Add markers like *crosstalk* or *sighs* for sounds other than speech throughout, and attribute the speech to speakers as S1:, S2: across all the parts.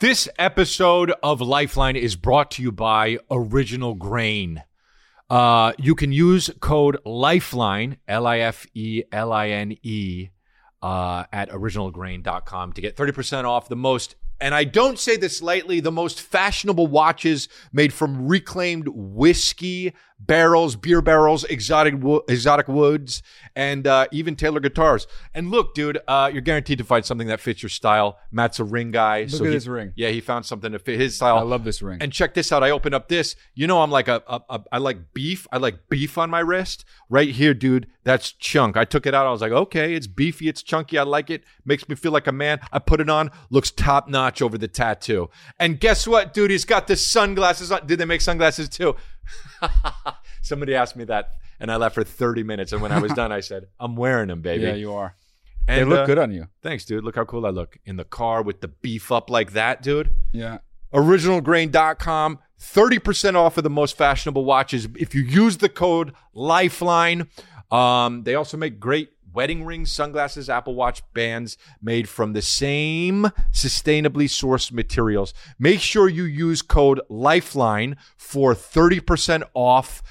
S1: This episode of Lifeline is brought to you by Original Grain. Uh, you can use code Lifeline, L I F E L I N E, uh, at originalgrain.com to get 30% off the most, and I don't say this lightly, the most fashionable watches made from reclaimed whiskey barrels, beer barrels, exotic, wo- exotic woods, and uh, even Taylor guitars. And look, dude, uh, you're guaranteed to find something that fits your style. Matt's a ring guy.
S2: Look at his ring.
S1: Yeah, he found something to fit his style.
S2: I love this ring.
S1: And check this out. I open up this. You know, I'm like a, a, a I like beef. I like beef on my wrist right here, dude. That's chunk. I took it out. I was like, okay, it's beefy, it's chunky. I like it. Makes me feel like a man. I put it on. Looks top notch over the tattoo. And guess what, dude? He's got the sunglasses on. Did they make sunglasses too? *laughs* Somebody asked me that, and I left for 30 minutes. And
S2: *laughs*
S1: when I was done, I said, I'm wearing them, baby.
S2: yeah, you are.
S1: and
S2: They look
S1: uh,
S2: good on you.
S1: Thanks, dude. Look how cool I look in the car with the beef up like that, dude
S2: Yeah.
S1: originalgrain.com 30% off of the most fashionable watches if you use the code lifeline um, they also make great wedding rings sunglasses apple watch bands made from the same sustainably sourced materials make sure you use code lifeline for 30% off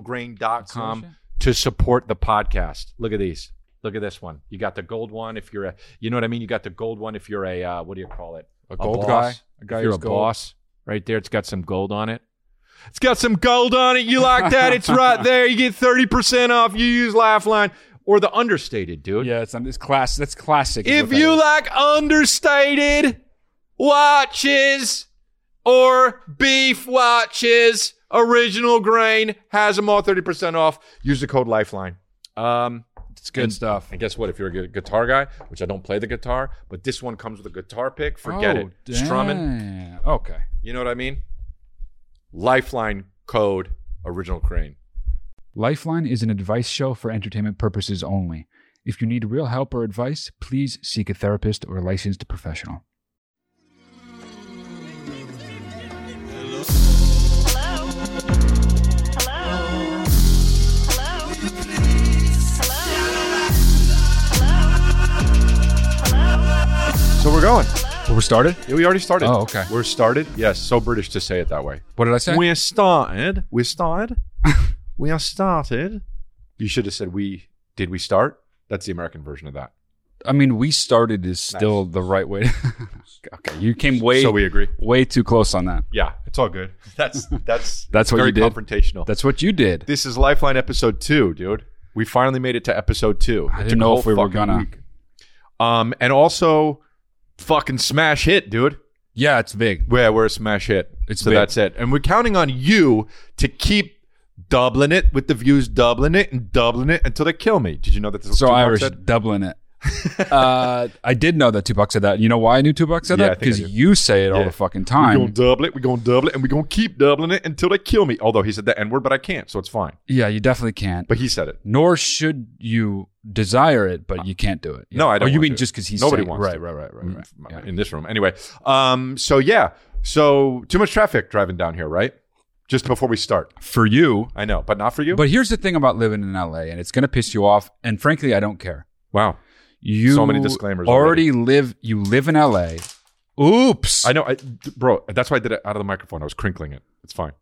S1: originalgrain.com to support the podcast look at these look at this one you got the gold one if you're a you know what i mean you got the gold one if you're a uh, what do you call it
S2: A gold guy. A
S1: boss.
S2: guy
S1: If you're
S2: who's
S1: a
S2: gold.
S1: boss right there. It's got some gold on it. It's got some gold on it. You like that? It's
S2: *laughs*
S1: right there. You get 30% off. You use Lifeline or the understated, dude.
S2: Yeah, it's, it's class. That's classic. is
S1: If
S2: what that
S1: you
S2: is.
S1: like understated watches or beef watches, Original Grain has them all 30% off. Use the code Lifeline. Um,
S2: it's good stuff.
S1: and guess what? If you're a gu- guitar guy, which I don't play the guitar, but this one comes with a guitar pick, forget
S2: Oh,
S1: it. Strumming.
S2: damn. Eh, Okay.
S1: You know what I mean? Lifeline code original crane.
S2: Lifeline is an advice show for entertainment purposes only. If you need real help or advice, please seek a therapist or licensed professional.
S3: Hello? Hello? Hello? Hello?
S1: So we're going.
S2: Well, we started.
S1: Yeah, we already started.
S2: Oh, okay.
S1: We're started. Yes, so British to say it that way.
S2: What did I say?
S1: We're started. We're *laughs* started. we are started. You should have said we did we start? That's the American version of that.
S2: I mean, we started is still the right way. *laughs* okay, you came way
S1: so we agree.
S2: way too close on that.
S1: Yeah, it's all good. *laughs* That's that's
S2: That's what
S1: very
S2: you did?
S1: confrontational.
S2: That's what you did.
S1: this is Lifeline episode two, dude. We finally made it to episode two.
S2: I
S1: It took
S2: didn't
S1: a
S2: know
S1: whole
S2: if we were
S1: fucking
S2: gonna.
S1: week. Um, and also, fucking smash hit, dude.
S2: Yeah, it's big.
S1: Yeah, we're a smash hit.
S2: It's
S1: so
S2: big.
S1: that's it. And we're counting on you to keep doubling it with the views, doubling it and doubling it until they kill me. Did you know that? This
S2: So
S1: Tupac
S2: Irish,
S1: said?
S2: doubling
S1: *laughs*
S2: it. uh, I did know that Tupac said that. You know why I knew Tupac said
S1: Yeah, I
S2: that?
S1: think I
S2: Because
S1: do.
S2: you say it all
S1: Yeah.
S2: the fucking
S1: We're gonna
S2: time.
S1: double it. We're gonna double it, and we're gonna keep doubling it until they kill me. Although he said the N word, but I can't, so it's fine.
S2: Yeah, you definitely can't.
S1: But he said it.
S2: Nor should you desire it, but you can't do it.
S1: No, I don't
S2: Or Oh, you
S1: want
S2: mean
S1: to.
S2: just because he's
S1: Nobody
S2: saying-
S1: wants
S2: right,
S1: to. Mm,
S2: right, right, right, right. Yeah.
S1: in this room. Anyway, um, so yeah, so too much traffic driving down here, right? Just before we start,
S2: For you.
S1: I know, but not for you.
S2: But here's the thing about living in LA, and it's going to piss you off. And frankly, I don't care.
S1: wow,
S2: You
S1: So many disclaimers
S2: Already live. You live in LA. Oops.
S1: I know, I, bro. That's why I did it out of the microphone. I was crinkling it. It's
S2: *laughs*
S1: fine.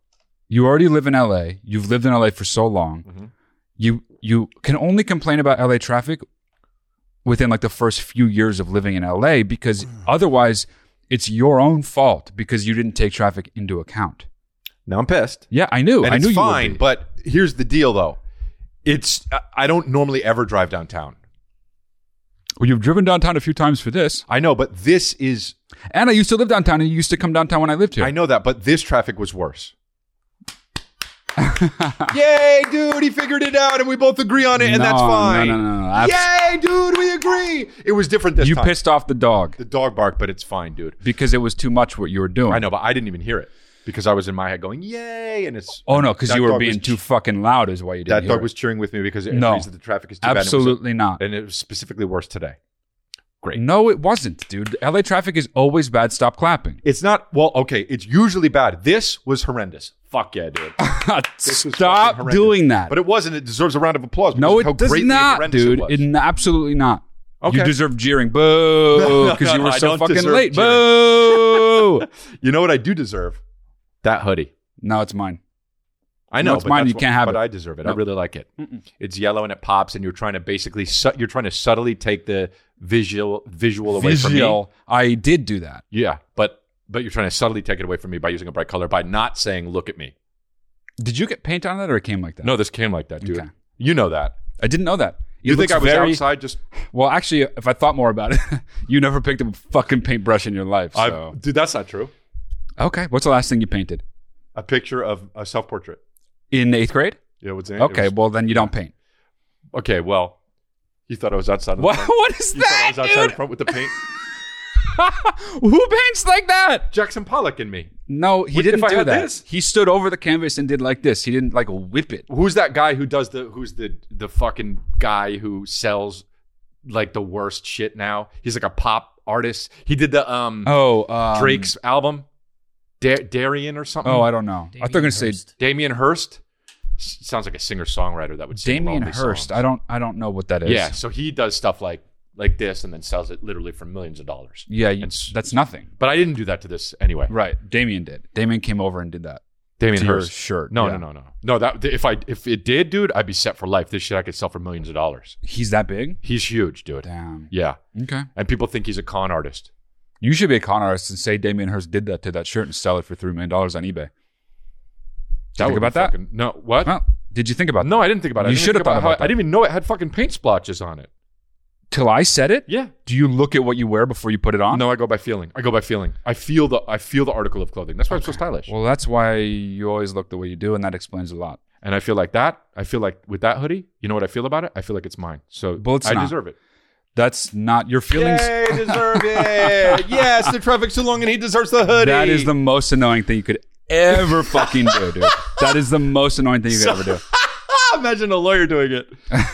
S2: you already live in LA. You've lived in LA for so long.
S1: Mm-hmm.
S2: You you can only complain about LA traffic within like the first few years of living in LA because otherwise it's your own fault because you didn't take traffic into account.
S1: Now I'm pissed.
S2: Yeah, I knew.
S1: and
S2: I
S1: it's
S2: knew you would
S1: fine.
S2: be.
S1: But here's the deal, though. It's I- I don't normally ever drive downtown.
S2: well, you've driven downtown a few times for this.
S1: I know, but this is
S2: And I used to live downtown and you used to come downtown when I lived here.
S1: I know that, but this traffic was worse. Yay, dude! He figured it out, and we both agree on it, and
S2: No,
S1: that's
S2: no,
S1: fine.
S2: no, no, no. I've-
S1: Yay, dude! We agree. It was different this
S2: you
S1: time.
S2: pissed off the dog
S1: the dog bark, but it's fine, dude.
S2: because it was too much what you were doing.
S1: I know, but I didn't even hear it because I was in my head going, "Yay!" And it's
S2: Oh no, because
S1: That
S2: you were
S1: dog
S2: being
S1: was-
S2: too fucking loud is why you didn't
S1: that
S2: hear
S1: dog
S2: it.
S1: was cheering with me because it
S2: No.
S1: agrees that the traffic is too bad.
S2: Absolutely not.
S1: and it was- and it was specifically worse today. Great.
S2: No, it wasn't, dude. LA traffic is always bad. Stop clapping.
S1: It's not well, okay. It's usually bad. This was horrendous. Fuck yeah,
S2: *laughs*
S1: dude. This was fucking
S2: Stop
S1: horrendous.
S2: doing that.
S1: But it wasn't. It deserves a round of applause.
S2: no,
S1: because of
S2: it
S1: how
S2: does
S1: greatly
S2: not,
S1: horrendous
S2: dude.
S1: It was.
S2: It n- absolutely not. You
S1: Okay.
S2: deserve jeering. *laughs* Boo.
S1: no,
S2: Because you
S1: no,
S2: were
S1: I
S2: so
S1: don't
S2: fucking
S1: deserve
S2: late.
S1: jeering.
S2: Boo.
S1: *laughs* you know what I do deserve? That hoodie.
S2: now it's mine.
S1: I
S2: No,
S1: know
S2: it's
S1: but
S2: mine.
S1: that's
S2: You can't have
S1: but
S2: it.
S1: I deserve it. I
S2: No.
S1: really like it. It's yellow and it pops, and you're trying to basically su- you're trying to subtly take the visual visual away from me.
S2: Visual. I did do that.
S1: Yeah, but but you're trying to subtly take it away from me by using a bright color by not saying "look at me."
S2: Did you get paint on that or it came like that?
S1: No, this came like that, dude.
S2: Okay.
S1: You know that.
S2: I didn't know that. It
S1: You think
S2: looks
S1: I was
S2: very-
S1: outside just?
S2: Well, actually, if I thought more about it, *laughs* you never picked up a fucking paintbrush in your life.
S1: I-
S2: So.
S1: dude, that's not true.
S2: Okay. What's the last thing you painted?
S1: A picture of a self-portrait.
S2: In eighth grade?
S1: You know what's in it?
S2: Okay.
S1: It was-
S2: well, then you don't paint.
S1: okay. Well, you thought I was outside. Of the
S2: *laughs* What,
S1: front.
S2: what is
S1: You thought I
S2: that?
S1: was outside
S2: Dude?
S1: the front with the paint.
S2: *laughs* Who paints like that?
S1: Jackson Pollock and me.
S2: No, he
S1: What if
S2: didn't
S1: I
S2: do
S1: had
S2: that.
S1: this?
S2: He stood over the canvas and did like this. He didn't like whip it.
S1: Who's that guy who does the? Who's the the fucking guy who sells like the worst shit now? He's like a pop artist. He did the um
S2: Oh, um,
S1: Drake's album, da- Darian or something.
S2: Oh, I don't know. I thought you were gonna say
S1: Damien Hirst. S- sounds like a singer songwriter that would sing
S2: Damien
S1: lonely
S2: Hurst.
S1: songs.
S2: I don't. I don't know what that is.
S1: Yeah, so he does stuff like like this and then sells it literally for millions of dollars.
S2: Yeah. You,
S1: And s-
S2: that's nothing.
S1: But I didn't do that to this anyway.
S2: Right. Damien did. Damien came over and did that.
S1: Damien
S2: To your
S1: Hirst.
S2: shirt,
S1: No,
S2: yeah.
S1: no, no, no. No, that if I if it did, dude, I'd be set for life. This shit I could sell for millions of dollars.
S2: He's that big.
S1: He's huge, dude.
S2: Damn.
S1: Yeah.
S2: Okay.
S1: And people think he's a con artist.
S2: You should be a con artist and say Damien Hirst did that to that shirt and sell it for three million dollars on eBay. Did you think
S1: would be
S2: about that?
S1: fucking- no, what?
S2: Well, did you think about that?
S1: no, I didn't think about it. I
S2: You
S1: didn't
S2: should
S1: think
S2: have thought about
S1: how- I
S2: that.
S1: didn't even know it had fucking paint splotches on it.
S2: Till I said it.
S1: Yeah.
S2: Do you look at what you wear before you put it on?
S1: No, I go by feeling. I go by feeling. I feel the I feel the article of clothing. That's why I'm so stylish.
S2: Well, that's why you always look the way you do, and that explains a lot.
S1: and I feel like that. I feel like with that hoodie, you know what I feel about it? I feel like it's mine. So
S2: Well, it's
S1: I
S2: not.
S1: deserve it.
S2: That's not your feelings. *laughs*
S1: deserve it. *laughs* yes, the traffic's too long and he deserves the hoodie.
S2: That is the most annoying thing you could ever fucking do, dude. That is the most annoying thing you could ever
S1: *laughs*
S2: do.
S1: *laughs* Imagine a lawyer doing
S2: *laughs*
S1: it.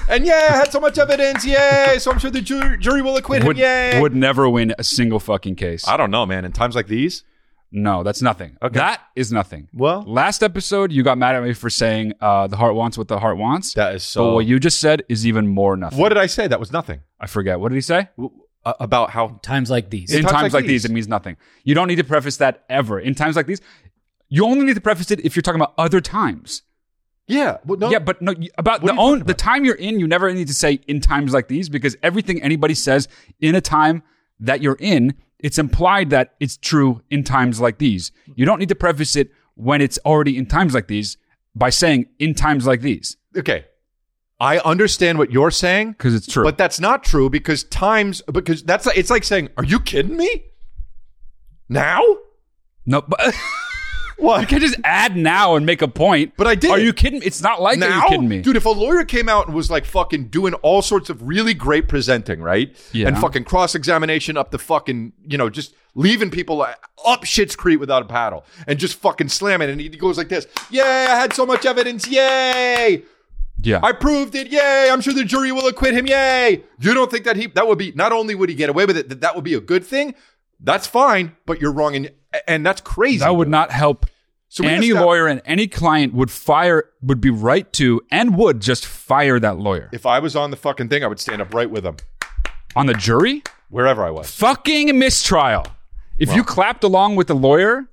S1: And yeah, I had so much evidence. Yay. So I'm sure the jury, jury will acquit
S2: Would, would never win a single fucking case.
S1: I don't know, man. In times like these,
S2: No, that's nothing.
S1: Okay.
S2: That is nothing.
S1: Well-
S2: last episode you got mad at me for saying uh, the heart wants what the heart wants.
S1: that is
S2: but
S1: so.
S2: what you just said is even more nothing.
S1: what did I say? That was nothing.
S2: I forget. What did he say?
S1: W- uh, about how.
S4: Times like these.
S2: In, times, like, these, it means nothing. You don't need to preface that ever. In times like these, you only need to preface it if you're talking about other times.
S1: Yeah. Well, no,
S2: Yeah, but no, you- about
S1: What
S2: the
S1: are you talking
S2: own the time you're in, you never need to say in times like these because everything anybody says in a time that you're in, it's implied that it's true in times like these. You don't need to preface it when it's already in times like these by saying in times like these
S1: okay. I understand what you're saying.
S2: because it's true.
S1: But that's not true because times because that's like, it's like saying, "Are you kidding me?" Now?
S2: no, but *laughs* you
S1: What?
S2: can just add now and make a point.
S1: But I did.
S2: Are you kidding? me? It's not like that.
S1: Now?
S2: Are you kidding me?
S1: Dude, if a lawyer came out and was like fucking doing all sorts of really great presenting, right?
S2: Yeah.
S1: And fucking cross-examination up the fucking, you know, just leaving people up shit's creek without a paddle and just fucking slamming and he goes like this, "Yay, I had so much evidence. Yay!"
S2: yeah.
S1: I proved it. Yay. I'm sure the jury will acquit him. Yay. You don't think that he, that would be, not only would he get away with it, that that would be a good thing. That's fine, but you're wrong. And, and that's crazy.
S2: that would not help
S1: So we
S2: any
S1: estab-
S2: lawyer and any client would fire would be right to and would just fire that lawyer
S1: If I was on the fucking thing, I would stand up right with him
S2: on the jury
S1: wherever I was.
S2: fucking mistrial if you clapped along with the lawyer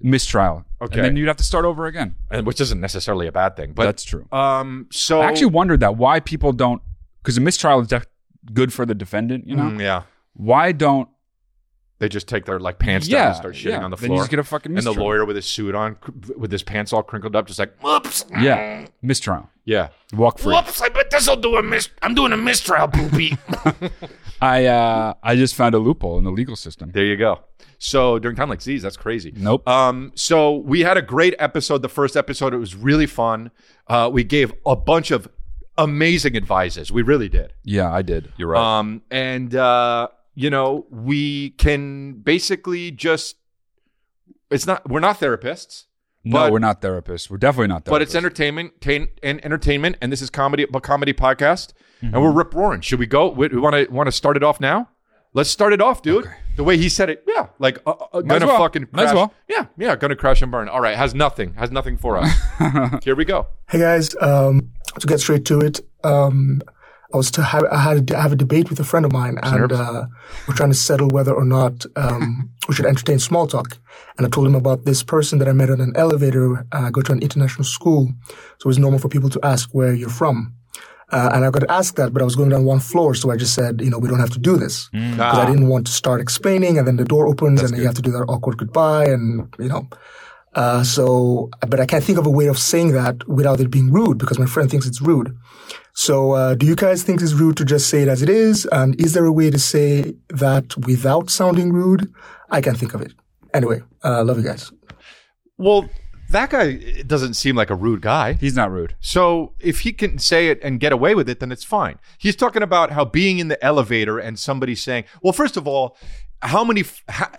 S2: mistrial
S1: Okay.
S2: and then you'd have to start over again
S1: And which isn't necessarily a bad thing, but
S2: that's true
S1: um, so
S2: i actually wondered that why people don't because a mistrial is def- good for the defendant you know
S1: Mm, yeah,
S2: why don't
S1: they just take their like pants down
S2: yeah,
S1: and start shitting
S2: yeah.
S1: on the
S2: then
S1: floor.
S2: you just get a fucking
S1: and the
S2: mistrial
S1: lawyer with his suit on, cr- with his pants all crinkled up, just like, whoops.
S2: yeah mistrial
S1: Yeah.
S2: walk free
S1: Whoops, I bet this'll do a mis- I'm doing a mistrial, poopy.
S2: i uh i just found a loophole in the legal system
S1: There you go. So during time like these, that's crazy.
S2: Nope.
S1: Um, so we had a great episode. The first episode, it was really fun. Uh, we gave a bunch of amazing advices. We really did.
S2: yeah i did you're right
S1: Um, and uh, you know, we can basically just. It's not. We're not therapists,
S2: no
S1: but-
S2: we're not therapists we're definitely not therapists
S1: but it's entertainment. Tain, and entertainment, and this is comedy. A comedy podcast,
S2: Mm-hmm.
S1: and we're rip roaring. Should we go? We want to want to start it off now. Let's start it off, dude. The way he said it, yeah, like uh, uh,
S2: Might as
S1: gonna
S2: well.
S1: fucking
S2: Might
S1: crash.
S2: as well.
S1: Yeah, yeah, gonna crash and burn. All right, has nothing, has
S2: *laughs*
S1: nothing for us. Here we go.
S5: Hey guys, um, to get straight to it, um,
S4: I was to have I had to have a debate with a friend of mine, and uh, we're trying to settle whether or not um, we should entertain small talk. And I told him about this person that I met on an elevator. Uh, I go to an international school, so it's normal for people to ask where you're from. Uh, and I got asked that, but I was going down one floor, so I just said, you know, we don't have to do this
S1: Mm.
S4: because I didn't want to start explaining, and then the door opens, and you have to do that awkward goodbye, and you know. Uh, so, but I can't think of a way of saying that without it being rude because my friend thinks it's rude. So, uh, do you guys think it's rude to just say it as it is? And is there a way to say that without sounding rude? I can't think of it. Anyway, uh, love you guys.
S1: Well, that guy doesn't seem like a rude guy.
S2: He's not rude.
S1: So if he can say it and get away with it, then it's fine. He's talking about how being in the elevator and somebody saying, well, first of all, how many, f- how,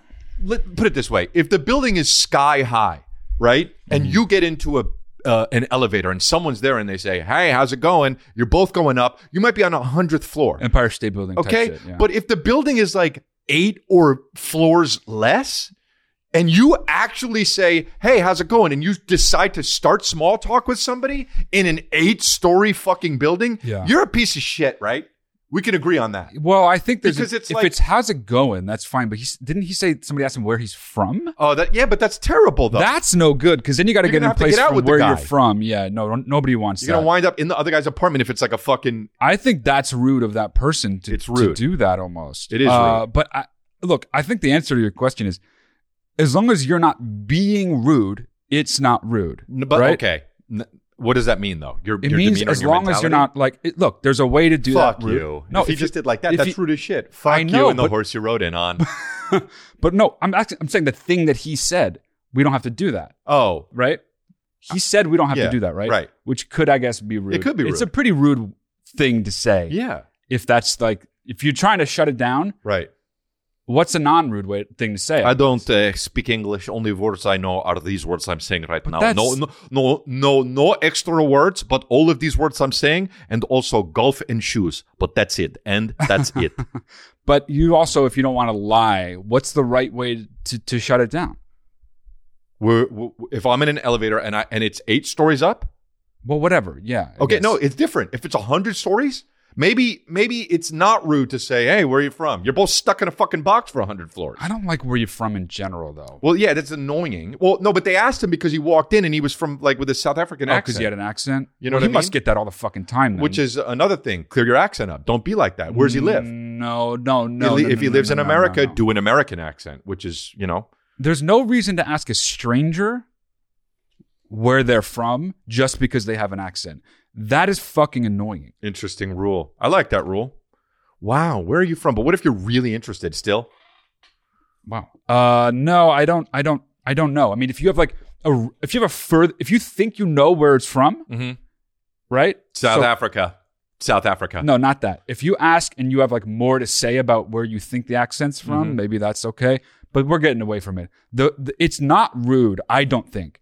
S1: let, put it this way if the building is sky high, right? And
S2: Mm-hmm.
S1: you get into a uh, an elevator and someone's there and they say, hey, how's it going? You're both going up. You might be on a hundredth floor.
S2: Empire State Building.
S1: Okay.
S2: Type shit, yeah.
S1: But if the building is like eight or floors less, and you actually say, hey, how's it going? And you decide to start small talk with somebody in an eight story fucking building,
S2: Yeah.
S1: you're a piece of shit, right? We can agree on that.
S2: well, I think there's
S1: Because it's
S2: if
S1: like-
S2: it's how's it going, that's fine. But he didn't he say somebody asked him where he's from?
S1: Oh, that yeah, but that's terrible though.
S2: That's no good because then you got to
S1: You're
S2: get
S1: gonna
S2: in
S1: have to
S2: place
S1: get out
S2: from
S1: with the
S2: where
S1: guy.
S2: you're from. Yeah, no, don't- nobody wants
S1: You're gonna
S2: that.
S1: wind up in the other guy's apartment if it's like a fucking
S2: I think that's rude of that person to,
S1: It's
S2: to
S1: rude.
S2: do that almost.
S1: It is
S2: Uh, but I, look, I think the answer to your question is as long as you're not being rude, it's not rude.
S1: N- but
S2: right?
S1: okay. N- What does that mean though? Your,
S2: It
S1: your
S2: means
S1: demeanor
S2: as
S1: and your
S2: long as you're
S1: mentality?
S2: not like, it, look, there's a way to do
S1: Fuck
S2: that. rude.
S1: you.
S2: No,
S1: if he
S2: if
S1: just
S2: you-
S1: did like that,
S2: if
S1: that's
S2: you-
S1: rude as shit. Fuck
S2: I know,
S1: you and the
S2: but-
S1: horse you rode in on.
S2: *laughs* But no, I'm actually, I'm saying the thing that he said, we don't have to do that,
S1: Oh,
S2: right? He said we don't have
S1: Yeah,
S2: to do that, right?
S1: right.
S2: Which could, I guess, be rude.
S1: could be
S2: It's a
S1: rude.
S2: pretty rude thing to say.
S1: yeah.
S2: If that's like, if you're trying to shut it down,
S1: Right.
S2: what's a non-rude way thing to say? it?
S1: I don't uh, speak English. Only words I know are these words I'm saying right now.
S2: that's-
S1: No, no, no, no, no extra words, but all of these words I'm saying, and also golf and shoes. But that's it, and that's it.
S2: But you also, if you don't want to lie, what's the right way to, to shut it down?
S1: We're, we if I'm in an elevator and I and it's eight stories up,
S2: Well, whatever. Yeah. I
S1: okay,
S2: guess.
S1: no, it's different. If it's a hundred stories, maybe maybe it's not rude to say, "Hey, where are you from?" You're both stuck in a fucking box for a hundred floors.
S2: I don't like where you're from in general, though.
S1: Well, yeah, that's annoying. Well, no, but they asked him because he walked in and he was from like with a South African
S2: Oh, because
S1: accent.
S2: you had an accent.
S1: You know
S2: Well,
S1: what
S2: he
S1: I
S2: must
S1: mean?
S2: get that all the fucking time. Then.
S1: which is another thing. Clear your accent up. Don't be like that. Where's he live?
S2: No, no, Mm, no.
S1: He
S2: no,
S1: li- if
S2: no,
S1: he
S2: no,
S1: lives
S2: no,
S1: in
S2: no, no,
S1: America,
S2: no.
S1: do an American accent, which is you know.
S2: there's no reason to ask a stranger where they're from just because they have an accent. That is fucking annoying.
S1: Interesting rule. I like that rule. Wow, where are you from? But what if you're really interested still?
S2: Wow. Uh, no, I don't. I don't. I don't know. I mean, if you have like a, if you have a further, if you think you know where it's from,
S1: Mhm.
S2: Mm-hmm. right?
S1: South
S2: So-
S1: Africa. South Africa.
S2: No, not that. If you ask and you have like more to say about where you think the accent's
S1: Mm-hmm.
S2: from, maybe that's okay. But we're getting away from it. The, the it's not rude, I don't think,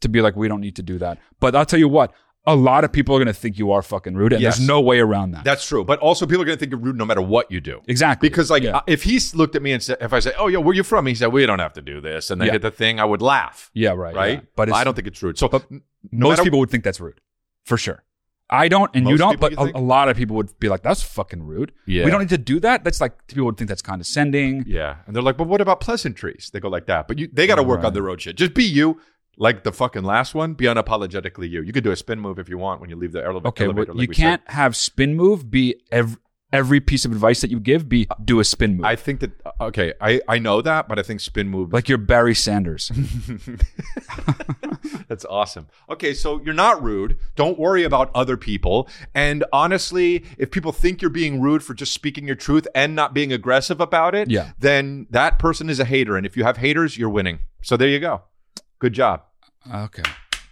S2: to be like we don't need to do that. But I'll tell you what, a lot of people are gonna think you are fucking rude, and
S1: Yes.
S2: there's no way around that.
S1: That's true. But also, people are going to think you're rude no matter what you do.
S2: exactly
S1: Because, like,
S2: Yeah.
S1: I- if he looked at me and said, if I say, oh, yo, where you from? He said, we don't have to do this. And they
S2: Yeah.
S1: hit the thing, I would laugh.
S2: yeah, right,
S1: Right?
S2: yeah. But it's,
S1: I don't think it's rude. So,
S2: but
S1: n- no
S2: most
S1: matter-
S2: people would think that's rude, for sure. I don't, and you
S1: Most
S2: don't,
S1: people
S2: but
S1: you think?
S2: a, a lot of people would be like, "That's fucking rude."
S1: Yeah.
S2: we don't need to do that. That's like people would think that's condescending.
S1: Yeah. And they're like, but what about pleasantries? They go like that. But you, they got to work on their own shit. Just be you. Like the fucking last one, be unapologetically you. You could do a spin move if you want when you leave the ele-
S2: Okay, well,
S1: elevator. like
S2: you
S1: we said.
S2: can't have spin move be every, every piece of advice that you give be do a spin move.
S1: I think that uh, okay, I I know that, but I think spin move.
S2: like you're Barry
S1: *laughs*
S2: Sanders.
S1: that's awesome. Okay, so you're not rude. Don't worry about other people. And honestly, if people think you're being rude for just speaking your truth and not being aggressive about it,
S2: Yeah.
S1: then that person is a hater. And if you have haters, you're winning. So there you go. Good job.
S2: okay.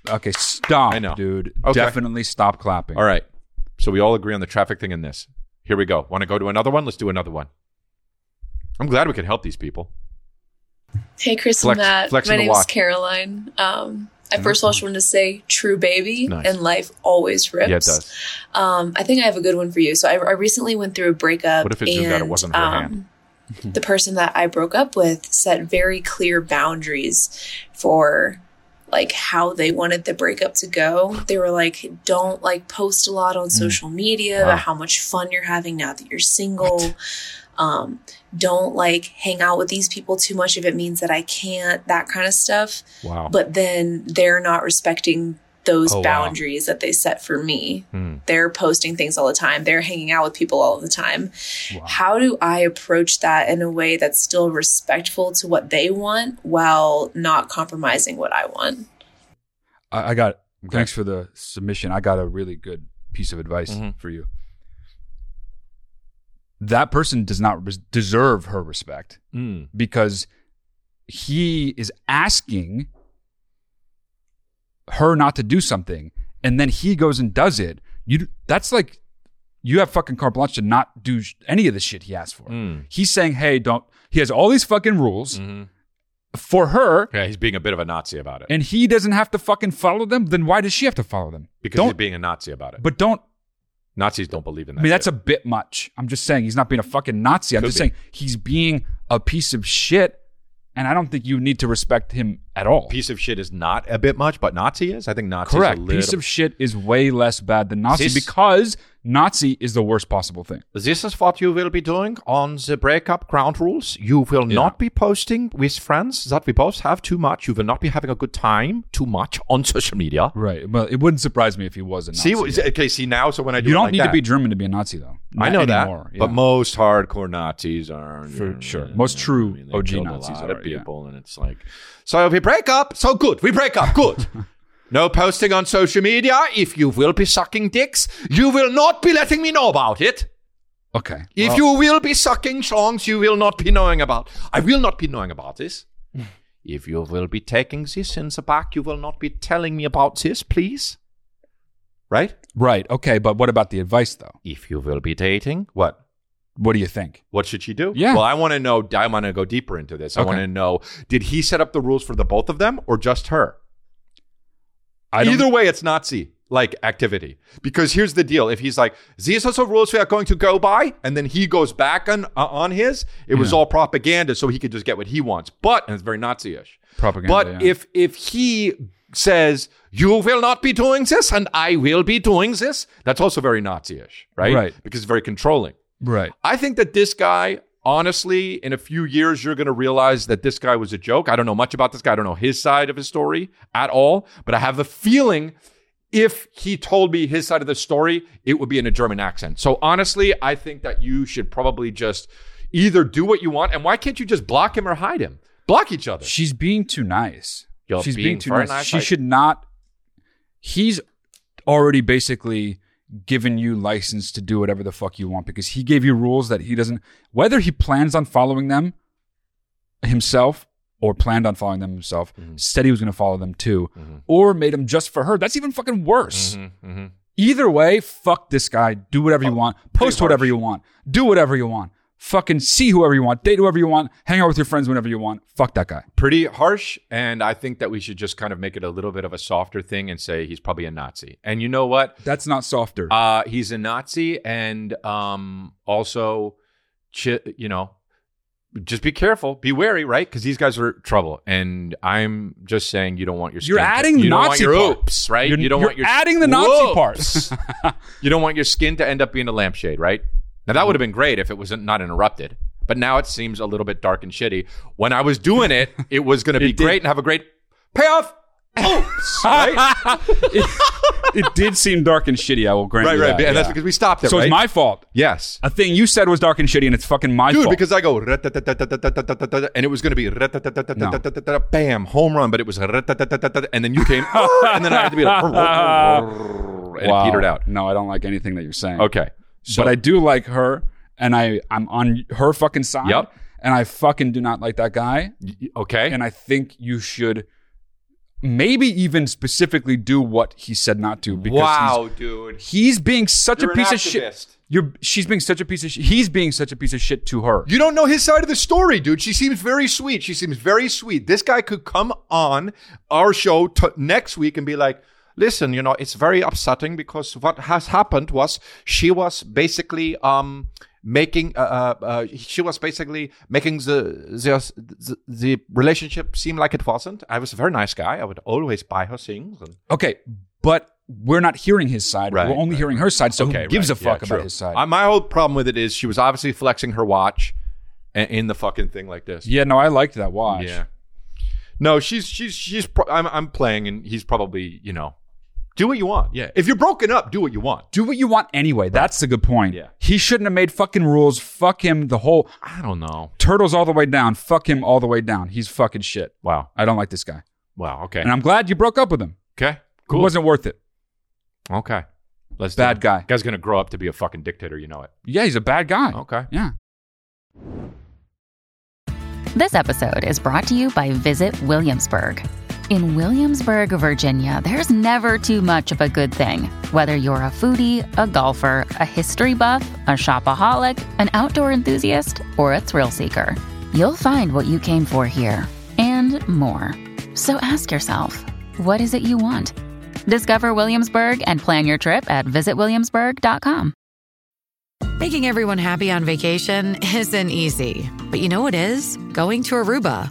S2: Okay, stop,
S1: I know.
S2: dude.
S1: Okay.
S2: Definitely stop clapping.
S1: All right. So we all agree on the traffic thing in this. Here we go. Want to go to another one? Let's do another one. I'm glad we could help these people.
S5: Hey, Chris
S1: Flex-
S5: and Matt.
S1: flex
S5: My
S1: in the
S5: name is
S1: watch.
S5: Caroline. Um, I first of all just wanted to say true baby
S1: Nice.
S5: and life always rips.
S1: Yeah, it does.
S5: Um, I think I have a good one for you. So I, I recently went through a breakup.
S1: What if it's
S5: and,
S1: just that it wasn't her
S5: um, the person that I broke up with set very clear boundaries for like how they wanted the breakup to go. They were like, don't like post a lot
S1: Mm.
S5: on social media about how much fun you're having now that you're single. Um, don't like hang out with these people too much if it means that I can't, that kind of stuff.
S3: Wow.
S5: But then they're not respecting those
S3: Oh, wow.
S5: boundaries that they set for me.
S3: Hmm.
S5: They're posting things all the time. They're hanging out with people all the time. How do I approach that in a way that's still respectful to what they want while not compromising what I want?
S2: I, I got thanks for the submission. I got a really good piece of advice
S3: Mhm.
S2: for you. That person does not res- deserve her respect
S3: Mm.
S2: because he is asking her not to do something, and then he goes and does it. You that's like you have fucking carte blanche to not do sh- any of the shit he asked for.
S3: Mm.
S2: He's saying, "Hey, don't." He has all these fucking rules
S3: Mhm.
S2: for her,
S3: Yeah, he's being a bit of a Nazi about it
S2: and he doesn't have to fucking follow them. Then why does she have to follow them?
S3: because
S2: don't
S3: he's being a Nazi about it.
S2: But don't.
S3: Nazis don't believe in that.
S2: I mean, that's
S3: shit.
S2: a bit much. I'm just saying he's not being a fucking Nazi. I'm
S3: Could
S2: just
S3: be.
S2: saying he's being a piece of shit, and I don't think you need to respect him at all.
S3: piece of shit is not a bit much, but Nazi is. I think Nazi
S2: Correct.
S3: Is a little,
S2: Piece of shit is way less bad than Nazi
S3: This-
S2: because Nazi is the worst possible thing.
S1: This is what you will be doing on the breakup ground rules. You will not be posting with friends that we both have too much. You will not be having a good time too much on *laughs* social media.
S2: Right. Well, it wouldn't surprise me if he was a Nazi.
S1: See, okay, see now. So when I do
S2: you
S1: it
S2: don't
S1: like
S2: need
S1: that,
S2: to be German to be a Nazi, though.
S1: I
S2: Not
S1: know
S2: anymore.
S1: that,
S2: Yeah.
S1: but most
S2: *laughs*
S1: hardcore Nazis are
S2: For sure. Most true
S1: they
S2: OG
S1: killed
S2: Nazis
S1: A lot of
S2: are, yeah.
S1: people, and it's like, so if we break up, so good. We break up,
S2: *laughs*
S1: good. no posting on social media. If you will be sucking dicks, you will not be letting me know about it.
S2: okay.
S1: If you will be sucking songs, you will not be knowing about. I will not be knowing about this. if you will be taking this in the back, you will not be telling me about this, please. Right?
S2: Right. Okay. But what about the advice, though?
S1: If you will be dating, what?
S2: What do you think?
S1: What should she do?
S2: Yeah.
S1: Well, I want to know. I want to go deeper into this. I
S2: Okay.
S1: want to know: Did he set up the rules for the both of them, or just her?
S2: I don't,
S1: Either way, it's Nazi like activity. Because here's the deal: If he's like, "These are the rules we are going to go by," and then he goes back on uh, on his, it was all propaganda, so he could just get what he wants. But and it's very Nazi-ish.
S2: propaganda.
S1: But
S2: yeah.
S1: if if he says you will not be doing this and I will be doing this, that's also very Nazi-ish, right?
S2: Right.
S1: Because it's very controlling.
S2: right.
S1: I think that this guy, honestly, in a few years, you're going to realize that this guy was a joke. I don't know much about this guy. I don't know his side of his story at all, but I have a feeling if he told me his side of the story, it would be in a German accent. So honestly, I think that you should probably just either do what you want, and why can't you just block him or hide him? Block each other.
S2: She's being too nice.
S1: You're
S2: She's being,
S1: being
S2: too
S1: very
S2: nice.
S1: nice.
S2: She
S1: I-
S2: should not. He's already basically given you license to do whatever the fuck you want because he gave you rules that he doesn't. Whether he plans on following them himself or planned on following them himself, said he was going to follow them too, or made them just for her. That's even fucking worse.
S1: Mm-hmm.
S2: Either way, fuck this guy. Do whatever you want. Post whatever you want. Do whatever you want. Fucking see whoever you want. Date whoever you want. Hang out with your friends whenever you want. Fuck that guy.
S1: Pretty harsh, and I think that we should just kind of make it a little bit of a softer thing and say he's probably a Nazi. And you know what?
S2: That's not softer.
S1: Uh, he's a Nazi, and um, also, chi- you know, just be careful, be wary, right? Because these guys are trouble. And I'm just saying, you don't want your
S2: *laughs* You're
S1: skin to-
S2: adding
S1: you don't want
S2: Nazi
S1: your
S2: part.
S1: oops, right?
S2: You're-
S1: you don't
S2: you're
S1: want your
S2: adding the Nazi
S1: Whoops. *laughs*
S2: part.
S1: you don't want your skin to end up being a lampshade, right? Now
S2: Mm-hmm.
S1: that would have been great if it wasn't not interrupted. But now it seems a little bit dark and shitty. When I was
S2: *laughs*
S1: doing it, it was going to be
S2: did.
S1: great and have a great payoff.
S2: *laughs*
S1: Oops, right,
S2: it did seem dark and shitty. I will grant.
S1: right,
S2: you
S1: right.
S2: that,
S1: and that's
S2: yeah.
S1: because we stopped it.
S2: So
S1: right?
S2: it's my fault.
S1: yes.
S2: A thing you said was dark and shitty, and it's fucking my
S1: Dude,
S2: fault.
S1: because I go "Ra-ta-ta-ta-ta-ta-ta-ta-ta," and it was going to be "Ra-ta-ta-ta-ta-ta-ta-ta-ta," bam home run, but it was "Ra-ta-ta-ta-ta-ta," and then
S2: *laughs*
S1: you came and then I had to be like *laughs* and it
S2: Wow.
S1: petered out.
S2: No, I don't like anything that you're saying.
S1: Okay, so
S2: but I do like her, and I I'm on her fucking side.
S1: Yep.
S2: And I fucking do not like that guy.
S1: okay,
S2: And I think you should maybe even specifically do what he said not to. Because he's-
S1: wow, dude,
S2: He's, being such
S1: You're
S2: a
S1: an
S2: piece of shit.
S1: activist.
S2: You're, she's being such a piece of shit. He's being such a piece of shit to her.
S1: you don't know his side of the story, dude. She seems very sweet. She seems very sweet. This guy could come on our show t- next week and be like. Listen, you know, it's very upsetting because what has happened was she was basically um making uh, uh, uh, she was basically making the, the the relationship seem like it wasn't. I was a very nice guy. I would always buy her things. And,
S2: Okay, but we're not hearing his side.
S1: Right,
S2: we're only
S1: right,
S2: hearing her side. So
S1: okay,
S2: who gives
S1: right.
S2: a fuck
S1: Yeah,
S2: about
S1: true.
S2: his side?
S1: Uh, my whole problem with it is she was obviously flexing her watch a- in the fucking thing like this.
S2: yeah, no, I liked that watch.
S1: Yeah. No, she's she's she's. Pro- I'm I'm playing, and he's probably you know, do what you want. Yeah. If you're broken up, do what you want.
S2: Do what you want anyway. That's the good point.
S1: Yeah.
S2: He shouldn't have made fucking rules. Fuck him. The whole
S1: I don't know.
S2: turtles all the way down. Fuck him all the way down. He's fucking shit.
S1: Wow.
S2: I don't like this guy.
S1: Wow. Okay.
S2: And I'm glad you broke up with him.
S1: Okay.
S2: It wasn't worth it.
S1: Okay. Let's do
S2: Bad
S1: it.
S2: guy.
S1: Guy's gonna grow up to be a fucking dictator. You know it.
S2: Yeah, he's a bad guy.
S1: Okay.
S2: Yeah.
S6: This episode is brought to you by Visit Williamsburg. In Williamsburg, Virginia, there's never too much of a good thing. Whether you're a foodie, a golfer, a history buff, a shopaholic, an outdoor enthusiast, or a thrill seeker, you'll find what you came for here and more. So ask yourself, what is it you want? Discover Williamsburg and plan your trip at visitwilliamsburg.com.
S7: Making everyone happy on vacation isn't easy, but you know what is? Going to Aruba.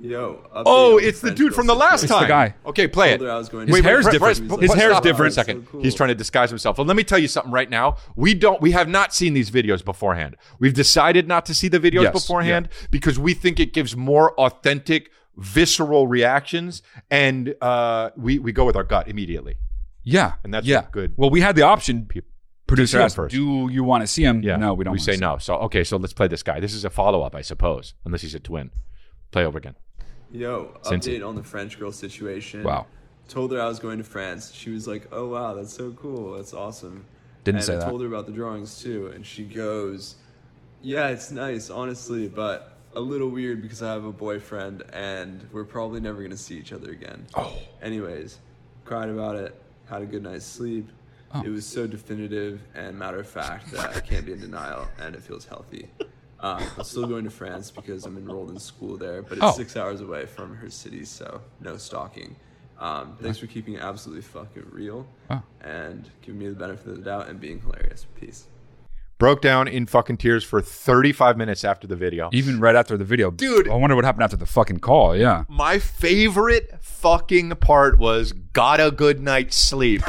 S8: Yo. update
S1: Oh,
S8: on
S1: it's the
S8: French
S1: dude from the
S8: girl
S1: last
S8: situation.
S1: time.
S2: guy.
S1: Okay, play
S8: Told
S1: it.
S8: her Oh, I was going
S2: His
S8: to-
S2: hair's
S1: pre-
S2: different.
S1: press-
S2: His
S1: press
S2: hair's
S1: stop for
S2: different.
S1: a second.
S8: So cool.
S1: He's trying to disguise himself. Well, let me tell you something right now. We don't. We have not seen these videos beforehand. We've decided not to see the videos
S2: Yes,
S1: beforehand because we think it gives more authentic, visceral reactions, and uh, we we go with our gut immediately.
S2: Yeah.
S1: And that's
S2: yeah.
S1: good.
S2: Well, we had the option. Producer
S1: see him
S2: asked,
S1: first.
S2: "Do you want to see him?"
S1: Yeah.
S2: No, we don't.
S1: We
S2: wanna
S1: say
S2: see
S1: no. So okay. So let's play this guy. This is a follow up, I suppose, unless he's a twin. Play over again.
S8: Yo,
S1: Cincy.
S8: update on the French girl situation.
S2: him. Wow.
S8: Told her I was going to France. She was like, "Oh wow, that's so cool. That's awesome."
S2: Didn't
S8: and
S2: say
S8: I
S2: that.
S8: Told her about the drawings too, and she goes, "Yeah, it's nice, honestly, but a little weird because I have a boyfriend, and we're probably never gonna see each other again." Oh. Anyways, cried about it. Had a good night's sleep. It was so definitive and matter of fact that I can't be in denial, and it feels healthy. Uh, I'm still going to France because I'm enrolled in school there, but it's
S2: Oh.
S8: six hours away from her city, so no stalking. Um, thanks for keeping it absolutely fucking real and giving me the benefit of the doubt and being hilarious. Peace.
S1: Broke down in fucking tears for 35 minutes after the video.
S2: Even right after the video,
S1: Dude.
S2: I wonder what happened after the fucking call. Yeah.
S1: my favorite fucking part was got a good night's sleep.
S2: *laughs*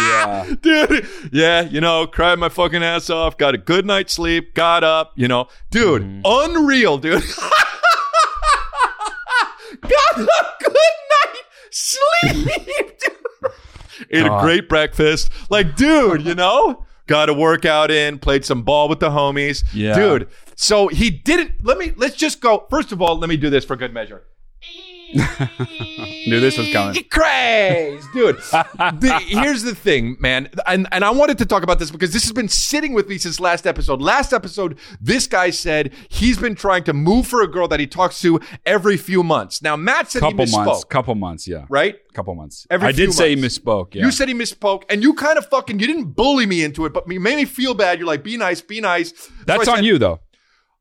S2: Yeah.
S1: dude. Yeah, you know, cried my fucking ass off, got a good night's sleep, got up, you know. Dude,
S2: Mhm.
S1: unreal, dude. *laughs* got a good night sleep, dude. Ate a
S2: God.
S1: great breakfast. Like, dude, you know, got a workout in, played some ball with the homies.
S2: Yeah.
S1: Dude, so he didn't let me let's just go. First of all, let me do this for good measure.
S2: Knew this was coming.
S1: Craze,
S2: *laughs*
S1: dude. The- here's the thing, man, and and I wanted to talk about this because this has been sitting with me since last episode. Last episode, this guy said he's been trying to move for a girl that he talks to every few months. Now Matt said
S2: Couple
S1: he misspoke,
S2: months. Couple months. Yeah.
S1: right?
S2: Couple months.
S1: Every
S2: I
S1: few
S2: did say he
S1: months.
S2: misspoke. Yeah.
S1: You said he misspoke, and you kind of fucking you didn't bully me into it, but you made me feel bad. You're like, be nice, be nice. So
S2: That's
S1: I
S2: on
S1: said,
S2: you though.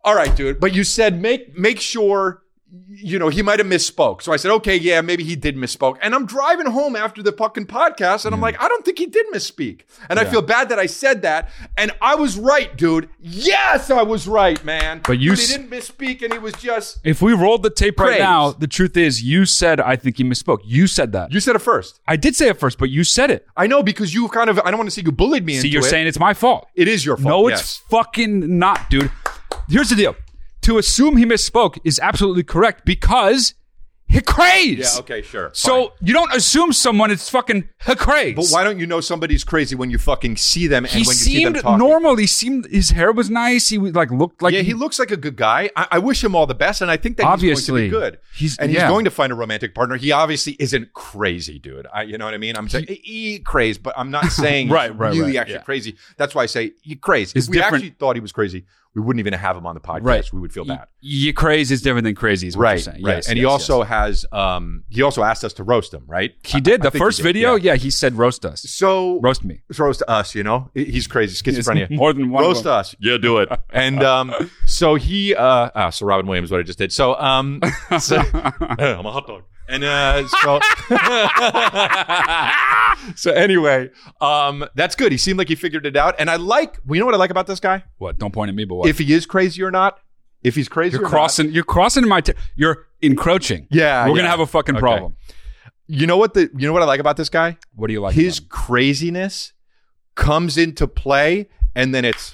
S1: all right, dude. But you said make make sure you know he might have misspoke. So I said, okay, yeah, maybe he did misspoke. And I'm driving home after the fucking podcast,
S2: Mm.
S1: and I'm like, I don't think he did misspeak. And I feel bad that I said that. And I was right, dude. Yes, I was right, man.
S2: But you
S1: he
S2: s-
S1: didn't misspeak, and he was just.
S2: If we rolled the tape
S1: Praise.
S2: right now, the truth is you said I think he misspoke. You said that.
S1: You said it first.
S2: I did say it first, but you said it.
S1: I know because you kind of. I don't want to see you bullied me
S2: See,
S1: into
S2: you're
S1: it.
S2: saying it's my fault.
S1: it is your fault.
S2: no, it's
S1: yes.
S2: fucking not, dude. Here's the deal. To assume he misspoke is absolutely correct because craze.
S1: Yeah, okay, sure.
S2: So
S1: fine.
S2: you don't assume someone it's fucking her craze.
S1: but why don't you know somebody's crazy when you fucking see them and
S2: he
S1: when you see them
S2: seemed
S1: talking?
S2: normal. He seemed his hair was nice. He was, like looked like
S1: yeah, he looks like a good guy. I, I wish him all the best, and I think that
S2: Obviously.
S1: he's going to be good.
S2: He's-
S1: and
S2: yeah.
S1: he's going to find a romantic partner. He obviously isn't crazy, dude. I, you know what I mean? I'm saying e crazy, but I'm not
S2: *laughs*
S1: saying
S2: Right,
S1: he's
S2: right,
S1: really
S2: right,
S1: actually
S2: yeah.
S1: crazy. That's why I say he crazy.
S2: It's
S1: if we
S2: different-
S1: actually thought he was crazy, we wouldn't even have him on the podcast. We would feel bad.
S2: Your craze is different than crazy. Is what
S1: right,
S2: You're saying.
S1: right.
S2: Yes,
S1: and
S2: yes,
S1: he
S2: yes.
S1: also has um he also asked us to roast him, right?
S2: he did
S1: I- I
S2: the
S1: think he
S2: first
S1: did,
S2: video. Yeah. he said roast us,
S1: So
S2: roast me.
S1: roast us, you know. He- He's crazy, schizophrenia.
S2: Yes, *laughs* more than one
S1: Roast
S2: word.
S1: us. Yeah, do it. And um, so he uh ah, so Robin Williams what I just did. So um so,
S2: *laughs*
S1: I'm a hot dog. And uh so So *laughs* anyway, um that's good. He seemed like he figured it out. And I like you know what I like about this guy?
S2: What? Don't point at me, but what?
S1: If he is crazy or not, if he's crazy
S2: you're
S1: or not,
S2: crossing, you're crossing my. Ter- you're encroaching.
S1: Yeah,
S2: we're
S1: yeah.
S2: gonna have a fucking
S1: Okay.
S2: problem.
S1: you know what the you know what I like about this guy?
S2: What do you like?
S1: his
S2: about
S1: craziness comes into play and then it's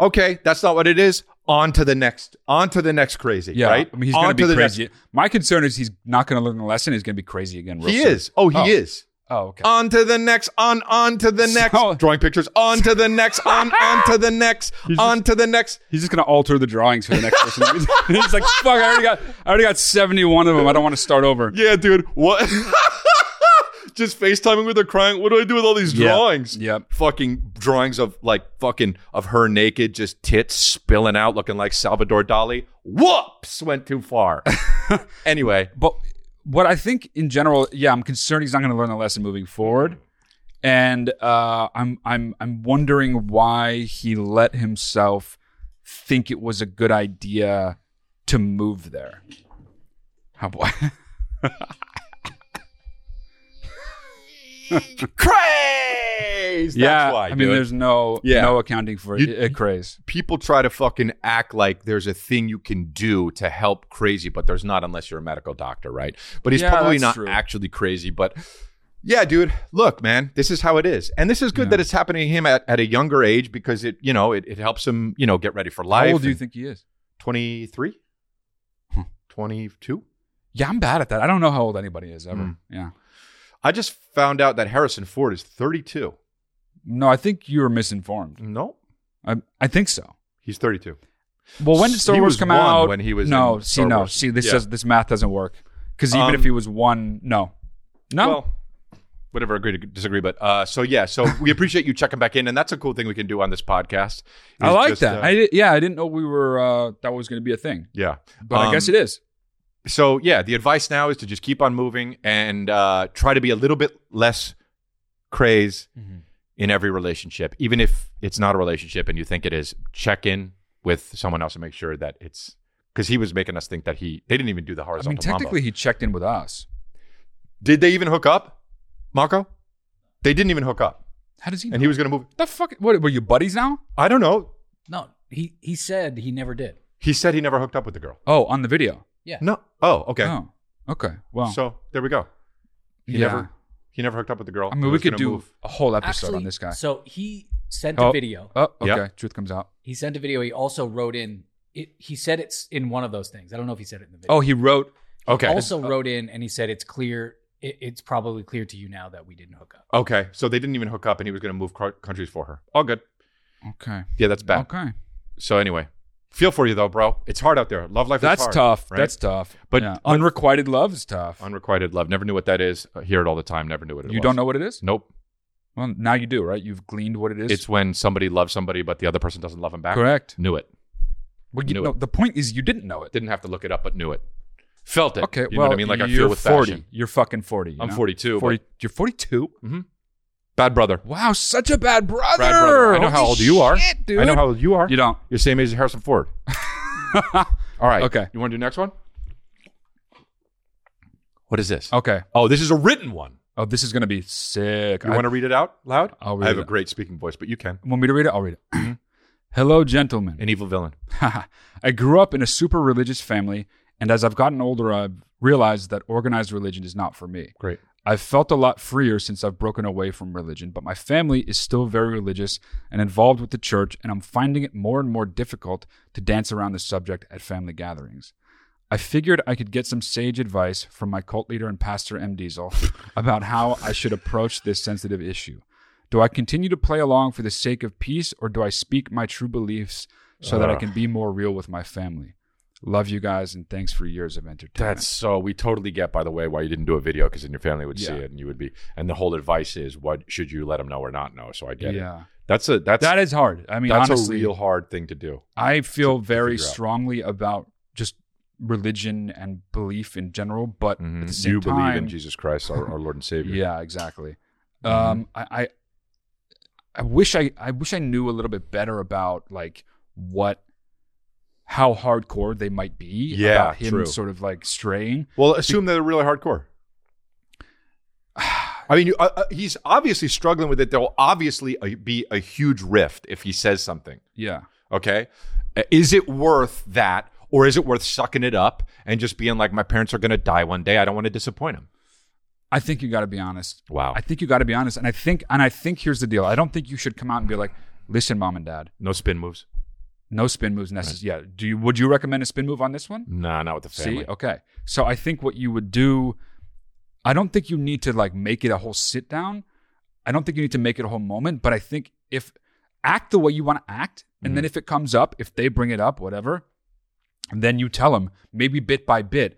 S1: okay that's not what it is on to the next on to the next crazy
S2: him? yeah,
S1: right
S2: I mean, he's
S1: on
S2: gonna
S1: to
S2: be
S1: the
S2: crazy. My concern is he's not gonna learn the lesson. He's gonna be crazy again.
S1: next.
S2: Real
S1: he
S2: soon.
S1: is oh he is
S2: Oh, okay.
S1: on to the next on on to the next
S2: So-
S1: drawing pictures on to the next on on to the next
S2: *laughs* He's
S1: on
S2: just-
S1: to the next
S2: He's just gonna alter the drawings for the next person. *laughs* he's like, "Fuck! I already got, I already got seventy-one of them. I don't want to start over."
S1: yeah dude what *laughs* just facetiming with her crying what do i do with all these
S2: Yeah.
S1: drawings
S2: Yep.
S1: fucking drawings of like fucking of her naked, just tits spilling out, looking like Salvador Dali. Whoops, went
S2: *laughs*
S1: too far. anyway,
S2: But what I think in general, yeah, I'm concerned he's not gonna learn the lesson moving forward, and uh, I'm, I'm, I'm wondering why he let himself think it was a good idea to move there. How *laughs* boy.
S1: craze. That's
S2: yeah,
S1: why.
S2: I mean,
S1: dude.
S2: there's no,
S1: Yeah.
S2: no accounting for
S1: You-
S2: a craze.
S1: people try to fucking act like there's a thing you can do to help crazy, but there's not unless you're a medical doctor, right? But he's
S2: Yeah,
S1: probably
S2: that's
S1: not
S2: true.
S1: actually crazy, but yeah, dude, look, man, this is how it is. And this is good that it's happening to him at, at a younger age because it, you know, it, it helps him, you know, get ready for life.
S2: How old do you
S1: and-
S2: think Hmm. he is?
S1: 23 22
S2: Yeah, I'm bad at that. I don't know how old anybody is ever.
S1: Mm.
S2: Yeah.
S1: i just found out that harrison ford is 32
S2: No, I think you were misinformed.
S1: no
S2: I, I think so.
S1: he's 32
S2: Well, when did Star
S1: He
S2: Wars
S1: was
S2: come
S1: one
S2: out?
S1: when he was
S2: no,
S1: in
S2: see,
S1: Star
S2: no,
S1: Wars.
S2: see, this
S1: Yeah.
S2: does this math doesn't work because even
S1: Um,
S2: if he was one, no, no,
S1: well whatever agree to disagree but uh so yeah so we appreciate you checking back in and that's a cool thing we can do on this podcast
S2: I
S1: is
S2: like
S1: just,
S2: that.
S1: uh,
S2: I di- yeah, I didn't know we were uh, that was going to be a thing,
S1: yeah
S2: but I guess
S1: Um,
S2: it is.
S1: so yeah the advice now is to just keep on moving and uh try to be a little bit less craze
S2: Mm-hmm.
S1: in every relationship even if it's not a relationship and you think it is check in with someone else and make sure that it's because he was making us think that he they didn't even do the
S2: I
S1: horizontal
S2: mean,
S1: mambo.
S2: technically, he checked in with us.
S1: did they even hook up marco they didn't even hook up
S2: How does he? Know?
S1: and he was gonna move
S2: the fuck? What were you buddies now?
S1: i don't know
S9: No, he he said he never did.
S1: he said he never hooked up with the girl
S2: Oh, on the video.
S9: Yeah.
S1: no oh okay
S2: Oh, okay. Well,
S1: so there we go he
S2: yeah.
S1: never he never hooked up with the girl
S2: I mean,
S1: He
S2: we
S1: was
S2: could
S1: gonna
S2: do
S1: move.
S2: a whole episode on this guy.
S9: So he sent
S2: oh,
S9: a video.
S2: Oh, okay.
S1: Yeah.
S2: Truth comes out.
S9: He sent a video. He also wrote in. It, he said it's in one of those things. I don't know if he said it in the video.
S2: Oh, he wrote.
S1: okay
S2: Oh.
S9: also wrote in and he said it's clear. It, it's probably clear to you now that we didn't hook up.
S1: okay so they didn't even hook up and he was gonna move cou- countries for her all good
S2: Okay.
S1: yeah that's bad
S2: Okay.
S1: so anyway feel for you though bro it's hard out there love life is
S2: That's
S1: hard,
S2: tough.
S1: right?
S2: That's tough.
S1: But-
S2: Yeah.
S1: but-
S2: unrequited love is tough.
S1: Unrequited love. Never knew what that is. I hear it all the time. Never knew what it
S2: you
S1: was.
S2: don't know what it is?
S1: Nope.
S2: Well, now you do, right? You've gleaned what it is.
S1: It's when somebody loves somebody, but the other person doesn't love them back.
S2: correct.
S1: Knew it.
S2: Well, you,
S1: knew
S2: no,
S1: it.
S2: the point is you didn't know it.
S1: Didn't have to look it up, but knew it. Felt it.
S2: Okay.
S1: You know
S2: well,
S1: what I mean? Like I
S2: you're
S1: feel with
S2: 40.
S1: fashion.
S2: You're fucking 40. you
S1: I'm
S2: know?
S1: 42, but- Mm-hmm.
S2: 40 You're 42?
S1: Bad brother.
S2: Wow, such a bad brother.
S1: Bad brother. I know how
S2: Holy
S1: old you are.
S2: shit, dude.
S1: I know how old you are.
S2: You don't.
S1: You're the same age as Harrison *laughs* Ford. all right.
S2: Okay.
S1: You want to do next one? What is this?
S2: Okay.
S1: Oh, this is a written one.
S2: Oh, this is going to be sick.
S1: You
S2: I-
S1: want to read it out loud?
S2: I'll read
S1: I have
S2: it
S1: a
S2: out.
S1: great speaking voice, but you can.
S2: want me to read it? I'll read it. Hello, gentlemen.
S1: Mm-hmm. An evil villain.
S2: *laughs* I grew up in a super religious family, and as I've gotten older, I've realized that organized religion is not for me.
S1: Great.
S2: I've felt a lot freer since I've broken away from religion, but my family is still very religious and involved with the church, and I'm finding it more and more difficult to dance around the subject at family gatherings. I figured I could get some sage advice from my cult leader and pastor M. Diesel about how I should approach this sensitive issue. Do I continue to play along for the sake of peace, or do I speak my true beliefs so that I can be more real with my family? Love you guys, and thanks for years of entertainment.
S1: That's so. We totally get, by the way, why you didn't do a video because then your family would see
S2: Yeah.
S1: it and you would be. And the whole advice is, what should you let them know or not know? So I get it.
S2: Yeah.
S1: That's a that's
S2: that is hard. I mean,
S1: that's
S2: honestly,
S1: a real hard thing to do.
S2: I feel very
S1: figure out.
S2: strongly about just religion and belief in general, but at the same
S1: Mm-hmm. you
S2: time,
S1: believe in Jesus Christ, our, our *laughs* Lord and Savior.
S2: Yeah, exactly.
S1: Mm-hmm.
S2: Um, I, I I wish I I wish I knew a little bit better about like what how hardcore they might be
S1: Yeah,
S2: about him
S1: true.
S2: sort of like straying.
S1: Well, assume they're really *sighs* hardcore. I mean, you, uh, uh, he's obviously struggling with it. There will obviously uh be a huge rift if he says something.
S2: Yeah.
S1: Okay. Uh, Is it worth that? Or is it worth sucking it up and just being like, my parents are going to die one day. I don't want to disappoint them.
S2: I think you got to be honest.
S1: Wow.
S2: I think you got to be honest and I think and I think here's the deal. I don't think you should come out and be like, "Listen, mom and dad,
S1: No spin moves.
S2: no spin moves necessary." Yeah. Do you would you recommend a spin move on this one?
S1: Nah, not with the family.
S2: See, okay. So I think what you would do, I don't think you need to like make it a whole sit down. I don't think you need to make it a whole moment, but I think if act the way you want to act, and
S1: Mm-hmm.
S2: then if it comes up, if they bring it up, whatever, then you tell them maybe bit by bit.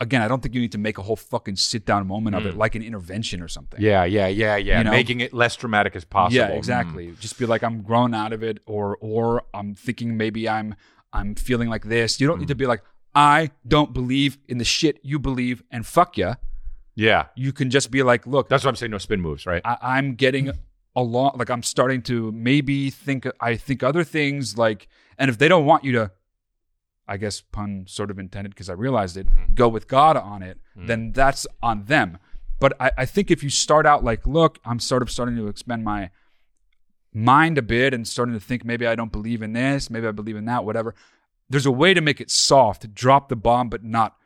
S2: Again, I don't think you need to make a whole fucking sit down moment of it, like an intervention or something.
S1: Mm. Yeah, yeah, yeah, yeah.
S2: You know?
S1: Making it less dramatic as possible.
S2: Yeah, exactly.
S1: Mm.
S2: Just be like, I'm grown out of it, or or I'm thinking maybe I'm I'm feeling like this. You don't
S1: Mm.
S2: need to be like, I don't believe in the shit you believe, and fuck ya.
S1: Yeah.
S2: You can just be like, look,
S1: That's what I'm saying. No spin moves, right?
S2: I, I'm getting along. Like I'm starting to maybe think I think other things. Like, and if they don't want you to, I guess pun sort of intended because I realized it.
S1: Mm-hmm.
S2: Go with God on it,
S1: Mm.
S2: then that's on them. But I, I think if you start out like, look, I'm sort of starting to expend my mind a bit and starting to think maybe I don't believe in this, maybe I believe in that, whatever. There's a way to make it soft, drop the bomb, but not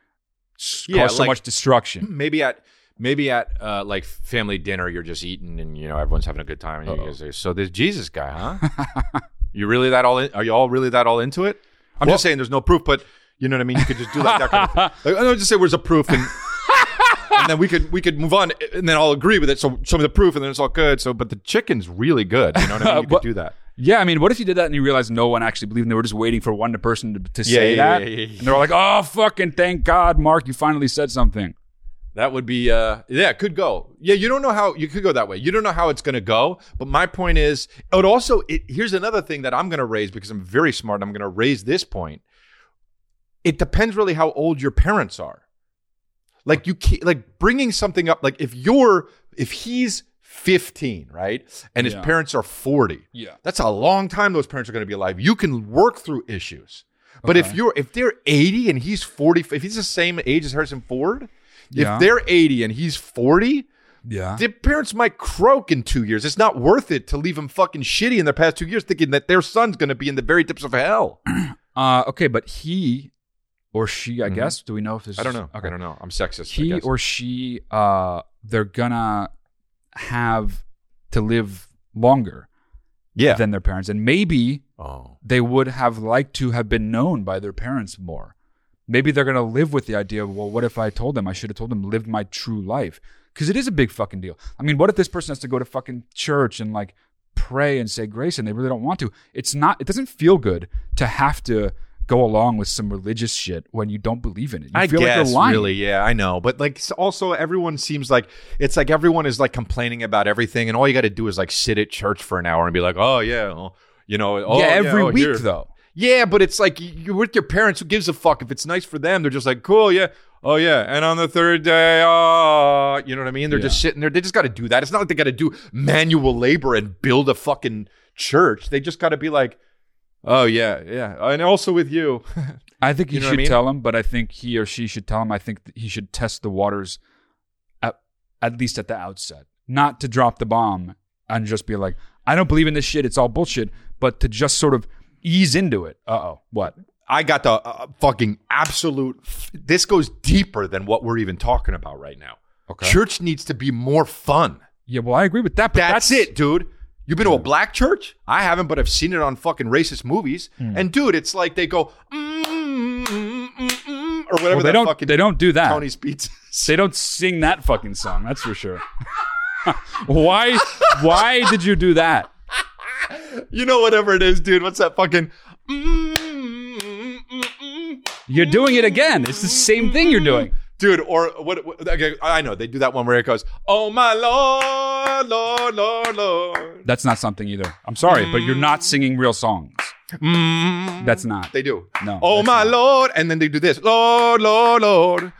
S2: s-
S1: Yeah,
S2: cause so
S1: like-
S2: much destruction.
S1: *clears throat* maybe at maybe at uh, like family dinner you're just eating and you know everyone's having a good time and you guys say, so this Jesus guy, huh? *laughs* you really that all in, are you all really that all into it? I'm just saying there's no proof, but you know what I mean. You could just do like that kind of thing. Like, I don't just say where's the proof and. *laughs* and then we could we could move on, and then I'll agree with it. So some of the proof, and then it's all good. So, but the chicken's really good. You know what I mean? You could
S2: But-
S1: do that.
S2: Yeah, I mean, what if you did that and you realized no one actually believed and they were just waiting for one person to, to
S1: Yeah,
S2: say
S1: yeah,
S2: that?
S1: yeah, yeah, yeah.
S2: And they're like, oh, fucking thank God, Mark, you finally said something.
S1: That would be uh yeah, it could go. Yeah, you don't know how you could go that way. You don't know how it's going to go, but my point is it also it here's another thing that I'm going to raise because I'm very smart and I'm going to raise this point. It depends really how old your parents are. Like you can't, like bringing something up like if you're if he's 15, right? And his
S2: Yeah.
S1: parents are 40.
S2: Yeah.
S1: That's a long time those parents are going to be alive. You can work through issues. But if you're if they're 80 and he's 40, if he's the same age as Harrison Ford,
S2: Yeah.
S1: if they're 80 and he's 40,
S2: Yeah.
S1: their parents might croak in two years. It's not worth it to leave them fucking shitty in the past two years thinking that their son's going to be in the very depths of hell.
S2: *clears throat* Uh, okay, but he or she, I guess, do we know if this
S1: Mm-hmm. I don't
S2: is-
S1: know.
S2: Okay.
S1: I don't know. I'm sexist. I
S2: He
S1: guess.
S2: or she, uh, they're gonna have to live longer
S1: yeah.
S2: than their parents. And maybe
S1: oh.
S2: they would have liked to have been known by their parents more. Maybe they're going to live with the idea of, well, what if I told them? I should have told them, lived my true life. Because it is a big fucking deal. I mean, what if this person has to go to fucking church and like pray and say grace and they really don't want to? It's not, it doesn't feel good to have to go along with some religious shit when you don't believe in it. You
S1: I
S2: feel
S1: guess
S2: like you're lying.
S1: really, yeah, I know, but like s- also everyone seems like it's like everyone is like complaining about everything, and all you got to do is like sit at church for an hour and be like, oh yeah, well, you know, oh,
S2: yeah, every
S1: oh,
S2: week
S1: here."
S2: though.
S1: Yeah, but it's like you're with your parents. Who gives a fuck if it's nice for them? They're just like, cool, yeah, oh yeah. And on the third day, oh, you know what I mean? They're just sitting there. They just got to do that. It's not like they got to do manual labor and build a fucking church. They just got to be like, oh yeah, yeah. And also with you, *laughs*
S2: I think you,
S1: You know what I
S2: should
S1: mean?
S2: tell him, but I think he or she should tell him. I think that he should test the waters at, at least at the outset, not to drop the bomb and just be like, I don't believe in this shit. It's all bullshit, but to just sort of ease into it. Uh oh. What?
S1: I got *laughs* the uh, fucking absolute. This goes deeper than what we're even talking about right now.
S2: Okay.
S1: Church needs to be more fun.
S2: Yeah, well, I agree with that, but
S1: That's,
S2: that's,
S1: it, dude. You've been to a black church? I haven't, but I've seen it
S2: Hmm.
S1: on fucking racist movies. And dude, it's like they go mm, mm, mm, mm, mm, or whatever
S2: Well, they
S1: that
S2: don't.
S1: fucking
S2: They don't do that.
S1: Tony's pizza.
S2: They don't sing that fucking song. That's for sure. *laughs* why? Why did you do that?
S1: you know whatever it is, dude. What's that fucking? "Mm, Mm-mm-mm-mm-mm.
S2: You're doing it again. It's the same thing you're doing.
S1: mm." Dude, or what, what? Okay, I know they do that one where it goes, "Oh my lord, lord, lord, lord."
S2: That's not something either. I'm sorry, but you're not singing real songs. That's not.
S1: Mm. They do.
S2: No,
S1: Oh
S2: that's
S1: my
S2: not-
S1: lord, and then they do this, lord, lord, lord.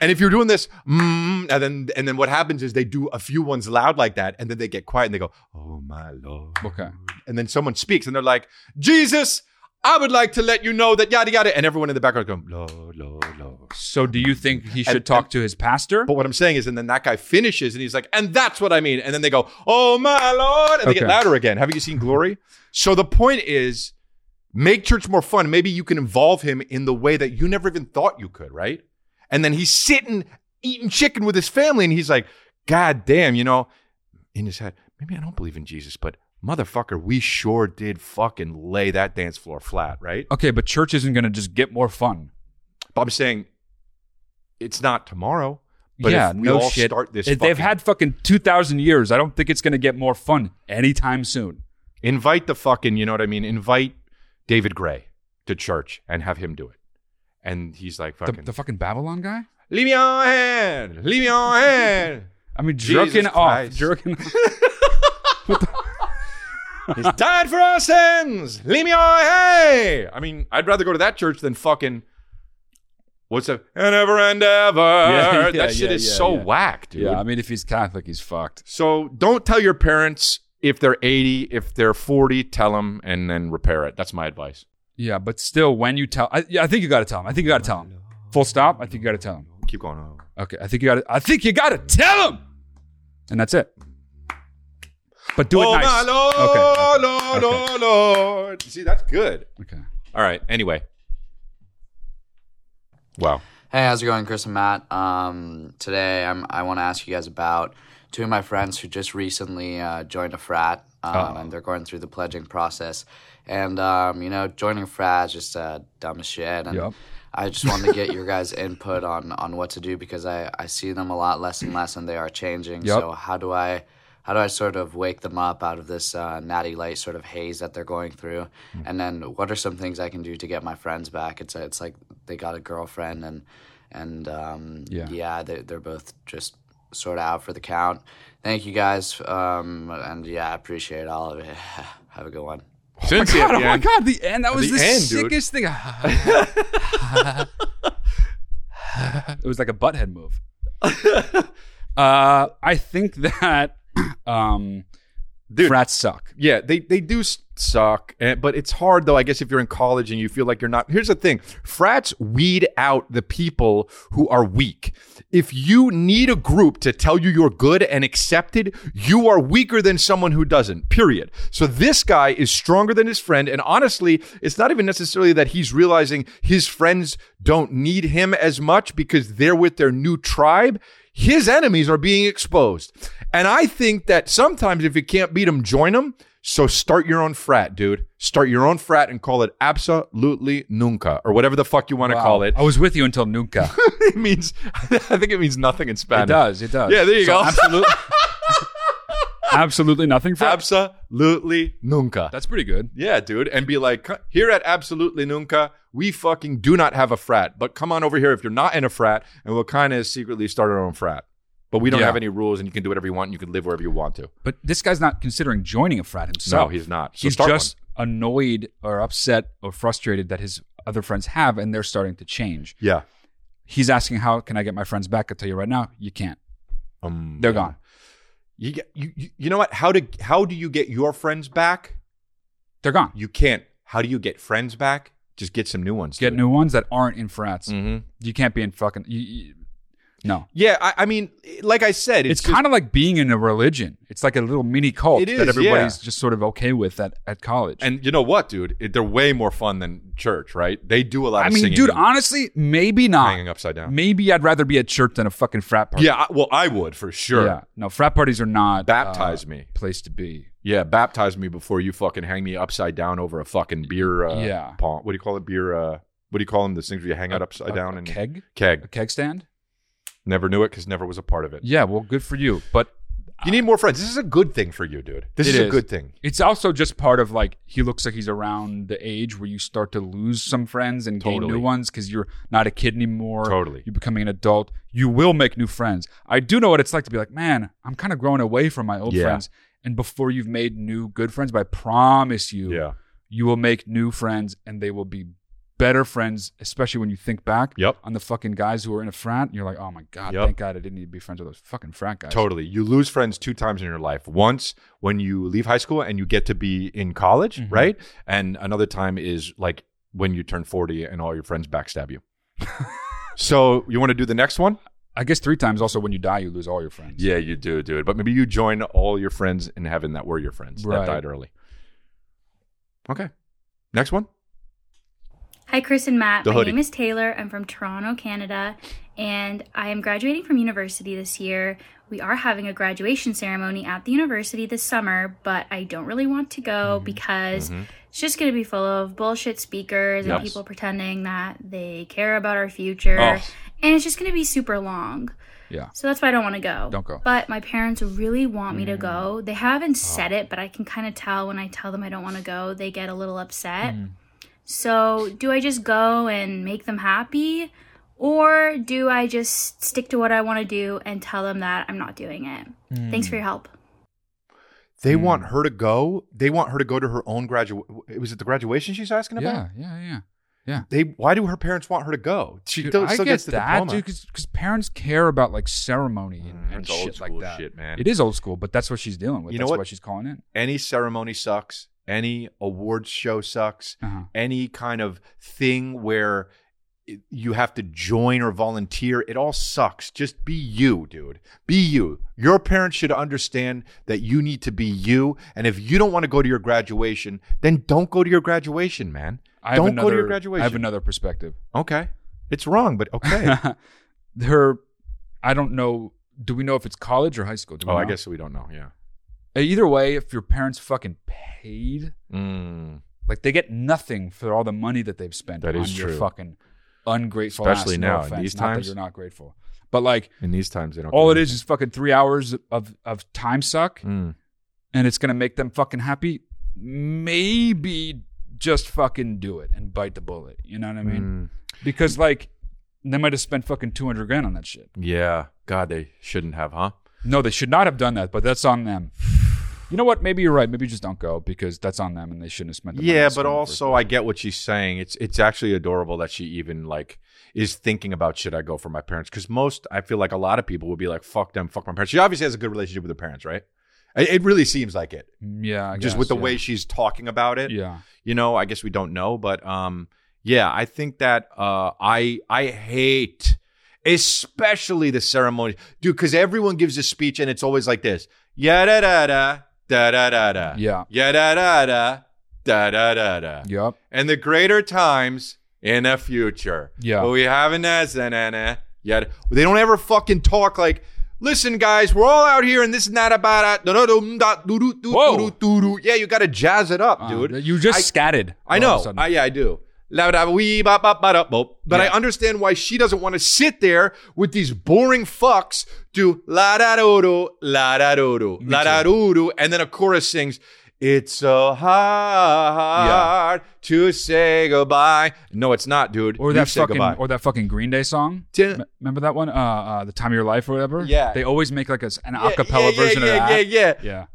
S1: And if you're doing this, mm, and then and then what happens is they do a few ones loud like that, and then they get quiet and they go, "Oh my lord."
S2: Okay.
S1: and then someone speaks and they're like, Jesus, I would like to let you know that yada yada. And everyone in the background going, Lord, Lord, Lord.
S2: So do you think he should
S1: And-
S2: talk to his pastor?
S1: But what I'm saying is, and then that guy finishes and he's like, and that's what I mean. And then they go, oh my Lord. And they get
S2: Okay.
S1: louder again. Haven't you seen Glory? So the point is, make church more fun. Maybe you can involve him in the way that you never even thought you could, right? And then he's sitting eating chicken with his family and he's like, God damn, you know, in his head, maybe I don't believe in Jesus, but motherfucker, we sure did fucking lay that dance floor flat, right?
S2: Okay, but church isn't going to just get more fun.
S1: But I'm saying it's not tomorrow. But
S2: yeah,
S1: if we
S2: no
S1: all
S2: shit.
S1: start this
S2: If they've
S1: fucking-
S2: had fucking two thousand years. I don't think it's going to get more fun anytime soon.
S1: invite the fucking you know what i mean invite david gray to church and have him do it and he's like
S2: The,
S1: fucking
S2: the fucking Babylon guy.
S1: leave me on hand leave me on hand
S2: *laughs* I mean,
S1: Jesus
S2: jerking off,
S1: Christ. *laughs*
S2: jerking.
S1: he's died for our sins leave me on hand i mean i'd rather go to that church than fucking what's up and ever and
S2: *laughs*
S1: ever
S2: Yeah, yeah,
S1: that shit
S2: yeah,
S1: is
S2: yeah,
S1: so
S2: yeah.
S1: whack dude
S2: yeah, I mean, if he's Catholic, he's fucked.
S1: so don't tell your parents if they're 80 if they're 40 tell them and then repair it that's my advice
S2: Yeah, but still, when you tell, I, yeah, I think you got to tell him. I think you got to tell him. Full stop. I think you got to tell him.
S1: keep going on
S2: Okay, I think you got to. I think you got to tell him. And that's it. But do it
S1: oh
S2: nice.
S1: my lord,
S2: okay.
S1: lord,
S2: okay.
S1: lord, lord. See, that's good.
S2: Okay.
S1: All right. Anyway. Wow.
S10: Hey, how's it going, Chris and Matt? Um, today I'm, I want to ask you guys about two of my friends who just recently uh, joined a frat, um,
S2: Oh.
S10: and they're going through the pledging process. And um, you know, joining a frat is just uh, dumb as shit. And
S2: Yup.
S10: I just wanted to get your guys' *laughs* input on on what to do because I, I see them a lot less and less, and they are changing.
S2: Yup.
S10: So how do I how do I sort of wake them up out of this uh, natty light sort of haze that they're going through?
S2: Mm.
S10: And then what are some things I can do to get my friends back? It's it's like they got a girlfriend and and um,
S2: Yeah.
S10: yeah, they, they're both just sort of out for the count. Thank you guys, um, and yeah, I appreciate all of it. *laughs* Have a good one.
S1: Cincy
S2: God,
S1: at
S2: oh
S1: the
S2: my
S1: end.
S2: god, the end. That was
S1: The
S2: the,
S1: end, dude.
S2: sickest thing. *laughs* it was like a butthead
S1: *laughs*
S2: move. uh, I think that um,
S1: Dude.
S2: frats suck.
S1: Yeah, they they do s- suck, eh, but it's hard though. I guess if you're in college and you feel like you're not. Here's the thing: frats weed out the people who are weak. If you need a group to tell you you're good and accepted, you are weaker than someone who doesn't. Period. So this guy is stronger than his friend, and honestly, it's not even necessarily that he's realizing his friends don't need him as much because they're with their new tribe his enemies are being exposed. And I think that sometimes if you can't beat them, join them. So start your own frat, dude. Start your own frat and call it absolutely nunca or whatever the fuck you want to
S2: Wow.
S1: *laughs* call it.
S2: I was with you until Nunca.
S1: *laughs* it means I think it means nothing in Spanish.
S2: It does. It does.
S1: Yeah, there you go. *laughs*
S2: Absolutely. absolutely nothing for
S1: Absolutely nunca.
S2: That's pretty good.
S1: yeah, dude, and be like, "C- here at Absolutely Nunca, we fucking do not have a frat, but come on over here if you're not in a frat, and we'll kind of secretly start our own frat. But we don't
S2: Yeah.
S1: have any rules, and you can do whatever you want, and you can live wherever you want to.
S2: But this guy's not considering joining a frat himself.
S1: No, he's not. So
S2: he's
S1: start
S2: just annoyed or upset or frustrated that his other friends have and they're starting to change.
S1: Yeah.
S2: He's asking, how can I get my friends back? I'll tell you right now, you can't.
S1: Um,
S2: They're gone.
S1: You, get, you you you know what? How to how do you get your friends back?
S2: They're gone.
S1: You can't. How do you get friends back? Just get some new ones.
S2: Get new ones that aren't in frats.
S1: hmm
S2: You can't be in fucking. You, you- no.
S1: Yeah, I, I mean, like I said,
S2: It's,
S1: it's,
S2: kind of like being in a religion. It's like a little mini cult
S1: It is,
S2: that everybody's
S1: yeah.
S2: just sort of okay with at, at college.
S1: And you know what, dude? It, they're way more fun than church, right? They do a lot.
S2: I
S1: of
S2: mean,
S1: singing
S2: dude,
S1: and
S2: honestly, maybe not.
S1: hanging upside down.
S2: Maybe I'd rather be at church than a fucking frat party.
S1: Yeah, I, well, I would for sure.
S2: Yeah. No, frat parties are not
S1: Baptize
S2: uh,
S1: me.
S2: place to be.
S1: Yeah, baptize me before you fucking hang me upside down over a fucking beer. Uh,
S2: Yeah.
S1: pong- What do you call it? Beer. Uh, What do you call them? Those things where you hang out upside
S2: a-
S1: down
S2: a
S1: and
S2: keg?
S1: Keg.
S2: A keg stand?
S1: Never knew it because never was a part of it.
S2: Yeah, well, good for you. But
S1: You need more friends. This is a good thing for you, dude. This
S2: It
S1: is a
S2: is.
S1: good thing.
S2: it's also just part of like he looks like he's around the age where you start to lose some friends and gain
S1: Totally.
S2: new ones because you're not a kid anymore.
S1: Totally.
S2: you're becoming an adult. You will make new friends. I do know what it's like to be like, man, I'm kind of growing away from my old
S1: Yeah.
S2: friends. And before you've made new good friends, but I promise you,
S1: Yeah.
S2: you will make new friends and they will be better friends, especially when you think back
S1: Yep.
S2: on the fucking guys who were in a frat. And you're like, oh my God,
S1: Yep.
S2: thank God I didn't need to be friends with those fucking frat guys.
S1: Totally. You lose friends two times in your life. Once when you leave high school and you get to be in college, right? And another time is like when you turn 40 and all your friends backstab *laughs* you. so you want to do the next one?
S2: I guess three times also when you die, you lose all your friends.
S1: Yeah, you do, dude. But maybe you join all your friends in heaven that were your friends
S2: Right.
S1: that died early. Okay. Next one.
S11: Hi, Chris and Matt.
S1: The
S11: My
S1: hoodie.
S11: name is Taylor. I'm from Toronto, Canada, and I am graduating from university this year. We are having a graduation ceremony at the university this summer, but I don't really want to go
S1: Mm-hmm.
S11: because it's just going to be full of bullshit speakers and
S1: Yes.
S11: people pretending that they care about our future.
S2: Oh.
S11: And it's just going to be super long.
S2: Yeah.
S11: So that's why I don't want to go.
S2: Don't go. Mm.
S11: But my parents really want me to go. They haven't said it, but I can kind of tell when I tell them I don't want to go, they get a little upset.
S2: Mm.
S11: So, do I just go and make them happy? Or do I just stick to what I want to do and tell them that I'm not doing it? Thanks
S2: Mm.
S11: for your help.
S1: They want her to go. They want her to go to her own graduate. Was it the graduation she's asking about?
S2: Yeah, yeah, yeah.
S1: They. Why do her parents want her to go? She
S2: Dude,
S1: still,
S2: I
S1: still
S2: get
S1: gets the
S2: that,
S1: diploma.
S2: because parents care about like ceremony and,
S1: Mm,
S2: and
S1: it's old
S2: shit like
S1: school
S2: that.
S1: shit, man.
S2: It is old school, but that's what she's dealing with.
S1: You know
S2: that's
S1: what?
S2: why she's calling in.
S1: Any ceremony sucks. Any awards show sucks.
S2: Uh-huh.
S1: Any kind of thing where it- you have to join or volunteer, it all sucks. Just be you, dude. Be you. Your parents should understand that you need to be you. And if you don't want to go to your graduation, then don't go to your graduation, man.
S2: I have
S1: don't
S2: another,
S1: go to your graduation.
S2: I have another perspective.
S1: Okay. It's wrong, but
S2: *laughs*
S1: okay.
S2: Her, I don't know. Do we know if it's college or high school? Do we
S1: oh, I
S2: know? Uh,
S1: guess we don't know. Yeah.
S2: Either way, if your parents fucking paid,
S1: Mm,
S2: like they get nothing for all the money that they've spent
S1: That
S2: on
S1: is
S2: your
S1: true.
S2: fucking ungrateful.
S1: Especially
S2: ass,
S1: now,
S2: no
S1: in
S2: offense,
S1: these
S2: not that
S1: times.
S2: you're not grateful. But like,
S1: in these times, they don't.
S2: all it
S1: care.
S2: is is fucking three hours of of time suck.
S1: Mm.
S2: and it's gonna make them fucking happy, maybe just fucking do it and bite the bullet. You know what I mean?
S1: Mm.
S2: Because like they might have spent fucking two hundred grand on that shit.
S1: Yeah. God, they shouldn't have, huh?
S2: No, they should not have done that, but that's on
S1: *sighs*
S2: them. You know what? Maybe you're right. Maybe just don't go because that's on them, and they shouldn't have spent. The money
S1: yeah
S2: on
S1: but
S2: school in the first
S1: also i get what she's saying it's it's actually adorable that she even like is thinking about should i go for my parents because most i feel like a lot of people would be like fuck them fuck my parents she obviously has a good relationship with her parents right it, it really seems like it
S2: place. yeah, I
S1: just
S2: guess,
S1: with the
S2: yeah.
S1: way she's talking about it
S2: yeah,
S1: you know i guess we don't know but um yeah i think that uh i i hate especially the ceremony dude because everyone gives a speech and it's always like this yeah da da da da da da da
S2: Yeah.
S1: yeah da da da da da da da
S2: yep,
S1: and the greater times in the future.
S2: Yeah.
S1: But we haven't as yet. They don't ever fucking talk like, listen, guys, we're all out here and this is not about
S2: Whoa.
S1: it. Yeah, you gotta jazz it up,
S2: Uh,
S1: dude.
S2: you just
S1: I-
S2: scatted. all of
S1: I
S2: a
S1: know.
S2: sudden.
S1: I, yeah, I do. La- da- wee- ba- ba- ba- da- bo. But I
S2: Yeah.
S1: understand why she doesn't want to sit there with these boring fucks do la da do do la da do do la da do do, and then a chorus sings. It's so hard to say goodbye. No, it's not, dude.
S2: or
S1: You
S2: that
S1: say
S2: fucking
S1: goodbye.
S2: or that fucking Green Day song.
S1: Dun-
S2: M- remember that one? Uh, uh, the time of your life or whatever.
S1: Yeah.
S2: they always make like a, s- an
S1: Yeah,
S2: acapella
S1: yeah,
S2: version
S1: yeah,
S2: of that.
S1: Yeah, yeah, yeah.
S2: yeah.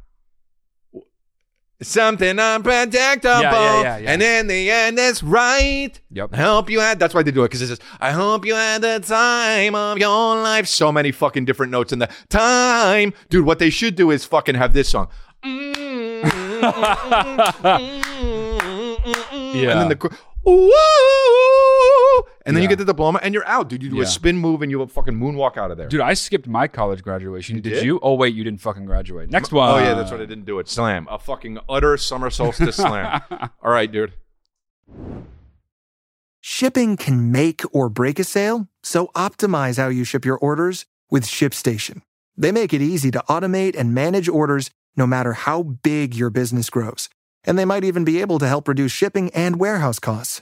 S1: Something unpredictable,
S2: Yeah, yeah, yeah, yeah.
S1: and in the end, it's right.
S2: Yep.
S1: I hope you had. That's why they do it because it says, "I hope you had the time of your life." So many fucking different notes in the time, dude. What they should do is fucking have this song. *laughs*
S2: Yeah.
S1: And then the cor- ooh, and then you
S2: Yeah.
S1: get the diploma and you're out, dude. You do a
S2: Yeah.
S1: spin move and you fucking moonwalk out of there.
S2: Dude, I skipped my college graduation. did,
S1: did?
S2: you? Oh wait, you didn't fucking graduate. Next one. Oh,
S1: oh yeah, that's right. I didn't do it. Slam, a fucking utter summer
S2: *laughs*
S1: solstice slam. All right, dude.
S12: Shipping can make or break a sale, so optimize how you ship your orders with ShipStation. They make it easy to automate and manage orders no matter how big your business grows. And they might even be able to help reduce shipping and warehouse costs.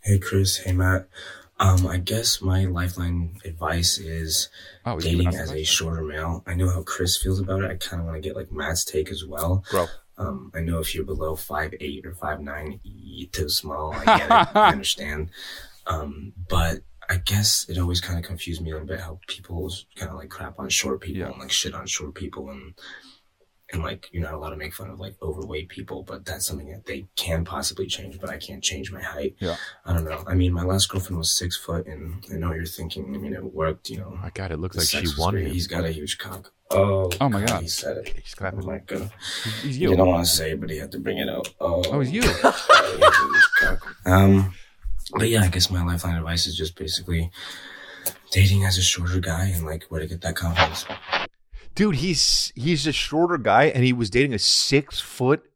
S13: Hey Chris, hey Matt. Um, I guess my lifeline advice is
S2: Oh, you
S13: dating
S2: have
S13: as a shorter male. I know how Chris feels about it. I kind of want to get like Matt's take as well.
S2: Bro.
S13: Um, I know if you're below five eight or five nine, you're too small. I get
S3: *laughs*
S13: it. I understand. Um, but I guess it always kind of confused me a little bit how people kind of like crap on short people and like shit on short people and and like you're not allowed to make fun of like overweight people, but that's something that they can possibly change. But I can't change my height.
S2: Yeah.
S13: I don't know. I mean, my last girlfriend was six foot, and I know you're thinking. I mean, it worked. You know.
S3: My God, it looks
S13: The
S3: like
S13: sex
S3: she
S13: was
S3: won
S13: great.
S3: him.
S13: He's got a huge cock. Oh.
S2: Oh my God.
S13: He said it. He's clapping. Oh my God.
S2: He's
S13: you.
S2: you.
S13: don't want to say, it, but he had to bring it out. Oh.
S2: Oh,
S13: *laughs*
S2: it's you.
S13: um. But yeah, I guess my lifeline advice is just basically dating as a shorter guy and like where to get that confidence.
S1: Dude, he's he's a shorter guy and he was dating a six foot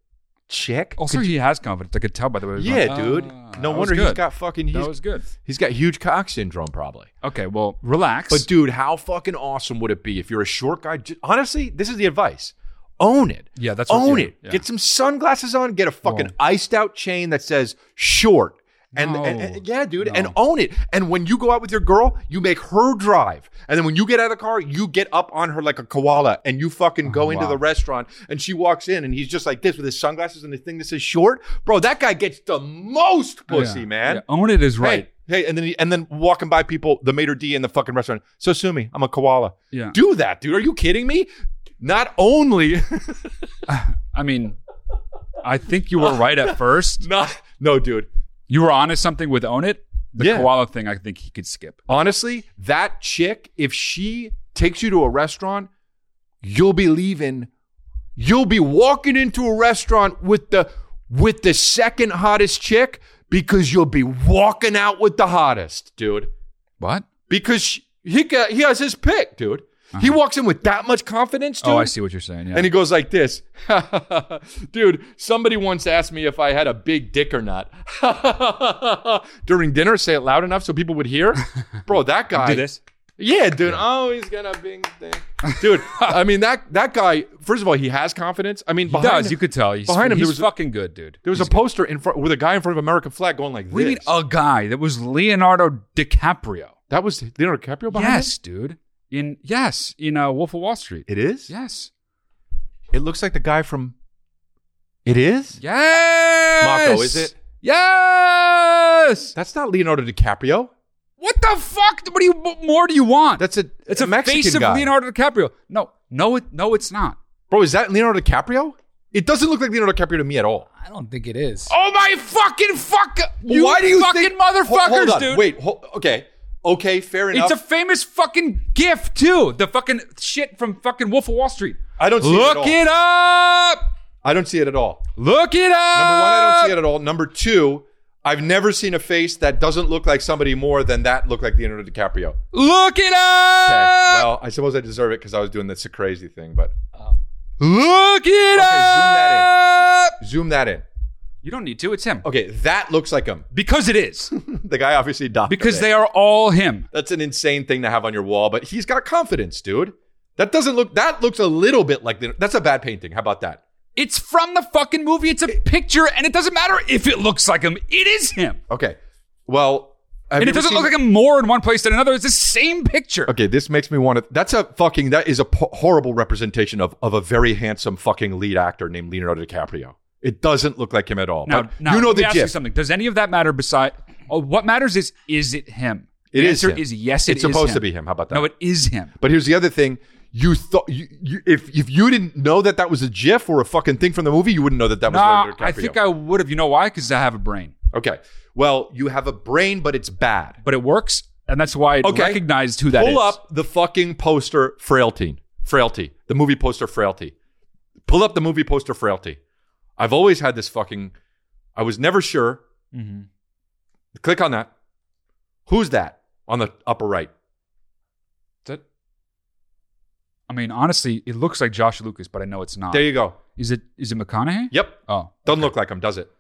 S1: chick.
S2: Also, he has confidence. I could tell by the way. he was
S1: Yeah,
S2: going,
S1: dude.
S2: "Ah."
S1: no
S2: That
S1: wonder
S2: was
S1: he's
S2: good.
S1: got fucking. He's,
S2: That was good.
S1: He's got huge cock syndrome, probably.
S2: Okay, well, relax.
S1: But dude, how fucking awesome would it be if you're a short guy? ju- honestly, this is the advice: own it.
S2: Yeah, that's what-
S1: own
S2: yeah,
S1: it.
S2: yeah.
S1: Get some sunglasses on. Get a fucking iced out chain that says short. And, and- and- yeah, dude, and own it. And when you go out with your girl, you make her drive. And then when you get out of the car, you get up on her like a koala and you fucking go into
S2: wow.
S1: the restaurant and she walks in and he's just like this with his sunglasses and the thing that says short. Bro, that guy gets the most pussy,
S2: Yeah,
S1: man.
S2: yeah, Own it is
S1: Hey,
S2: right.
S1: Hey, and then he- and then walking by people, the maitre d in the fucking restaurant. So sue me, I'm a koala.
S2: Yeah.
S1: do that, dude. Are you kidding me? Not only *laughs*
S2: I mean, I think you
S1: *laughs*
S2: were right at first.
S1: no, no, dude.
S2: You were onto something with own it. The
S1: Yeah.
S2: koala thing, I think he could skip.
S1: honestly, that chick, if she
S2: *laughs*
S1: takes you to a restaurant, you'll be leaving. You'll be walking into a restaurant with the with the second hottest chick because you'll be walking out with the hottest, dude.
S2: What?
S1: Because she, he got, he has his pick, dude. He walks in with that much confidence, dude.
S2: Uh-huh. Oh, I see what you're saying. Yeah.
S1: And he goes like this, *laughs* dude. Somebody once asked me if I had a big dick or not. *laughs* During dinner, say it loud enough so people would
S2: *laughs*
S1: hear. Bro, that guy.
S2: Do this.
S1: Yeah, dude. Oh, he's gonna bing dick,
S2: *laughs*
S1: dude. I mean that that guy. First of all, he has confidence. I mean,
S2: He
S1: behind
S2: does. You could tell. He's,
S1: behind him,
S2: he's
S1: there was a-
S2: fucking good, dude.
S1: there was a poster in front with a guy in front of American flag going like this.
S2: What do you mean a guy that was Leonardo DiCaprio?
S1: That was Leonardo DiCaprio behind
S2: Yes, dude. In yes, in uh, Wolf of Wall Street.
S1: him? It is.
S2: Yes.
S1: It looks like the guy from. It is.
S2: Yes.
S1: Marco, is it?
S2: Yes.
S1: That's not Leonardo DiCaprio.
S2: What the fuck? What do you what more do you want?
S1: That's a
S2: it's
S1: a
S2: a
S1: Mexican
S2: face of
S1: guy.
S2: Leonardo DiCaprio. No, no, it, no, it's not.
S1: Bro, is that Leonardo DiCaprio? It doesn't look like Leonardo DiCaprio to me at all.
S9: I don't think it is.
S2: Oh my fucking fuck! You
S1: Why do you
S2: fucking
S1: think,
S2: motherfuckers,
S1: Ho- hold on.
S2: dude?
S1: Wait, ho- okay, okay, fair enough.
S2: It's a famous fucking gif too. The fucking shit from fucking Wolf of Wall Street.
S1: I don't see it at all.
S2: Look it up.
S1: I don't see it at all.
S2: Look it up.
S1: Number one, I don't see it at all. Number two, I've never seen a face that doesn't look like somebody more than that looked like Leonardo DiCaprio. Okay,
S2: Look it up.
S1: well, I suppose I deserve it because I was doing that's a crazy thing, but
S2: Oh. Look it
S1: Okay, zoom that
S2: up.
S1: zoom that in.
S2: You don't need to. It's him.
S1: Okay, that looks like him.
S2: Because it is.
S1: *laughs* The guy obviously died.
S2: Because they are all him.
S1: That's an insane thing to have on your wall, but he's got confidence, dude. That doesn't look. That looks a little bit like. Leonardo- That's a bad painting. How about that?
S2: It's from the fucking movie. It's a picture, and it doesn't matter if it looks like him. It is him.
S1: Okay. Well, have
S2: and it
S1: you ever
S2: doesn't
S1: seen-
S2: look like him more in one place than another. It's the same picture.
S1: Okay, this makes me want to. That's a fucking. That is a po- horrible representation of of a very handsome fucking lead actor named Leonardo DiCaprio. It doesn't look like him at all.
S2: Now,
S1: but
S2: now,
S1: you know
S2: let me
S1: the
S2: ask you
S1: gist.
S2: something. Does any of that matter beside oh, what matters is is it him?
S1: It
S2: the
S1: is
S2: answer
S1: him.
S2: is yes, it
S1: It's
S2: is
S1: supposed to be him. How about that?
S2: No, it is him.
S1: But here's the other thing. You thought you, you if if you didn't know that that was a GIF or a fucking thing from the movie, you wouldn't know that that was
S2: No,
S1: Leonardo DiCaprio.
S2: I think I would have. You know why? Because I have a brain.
S1: Okay. Well, you have a brain, but it's bad.
S2: But it works, and that's why it
S1: Okay.
S2: recognized who that is.
S1: Pull up the fucking poster Frailty. Frailty. The movie poster Frailty. Pull up the movie poster Frailty. I've always had this fucking I was never sure.
S2: Mm-hmm.
S1: Click on that. Who's that on the upper right?
S2: I mean, honestly, it looks like Josh Lucas, but I know it's not.
S1: There you go.
S2: Is it is it McConaughey?
S1: Yep.
S2: Oh,
S1: Doesn't look like him, does it?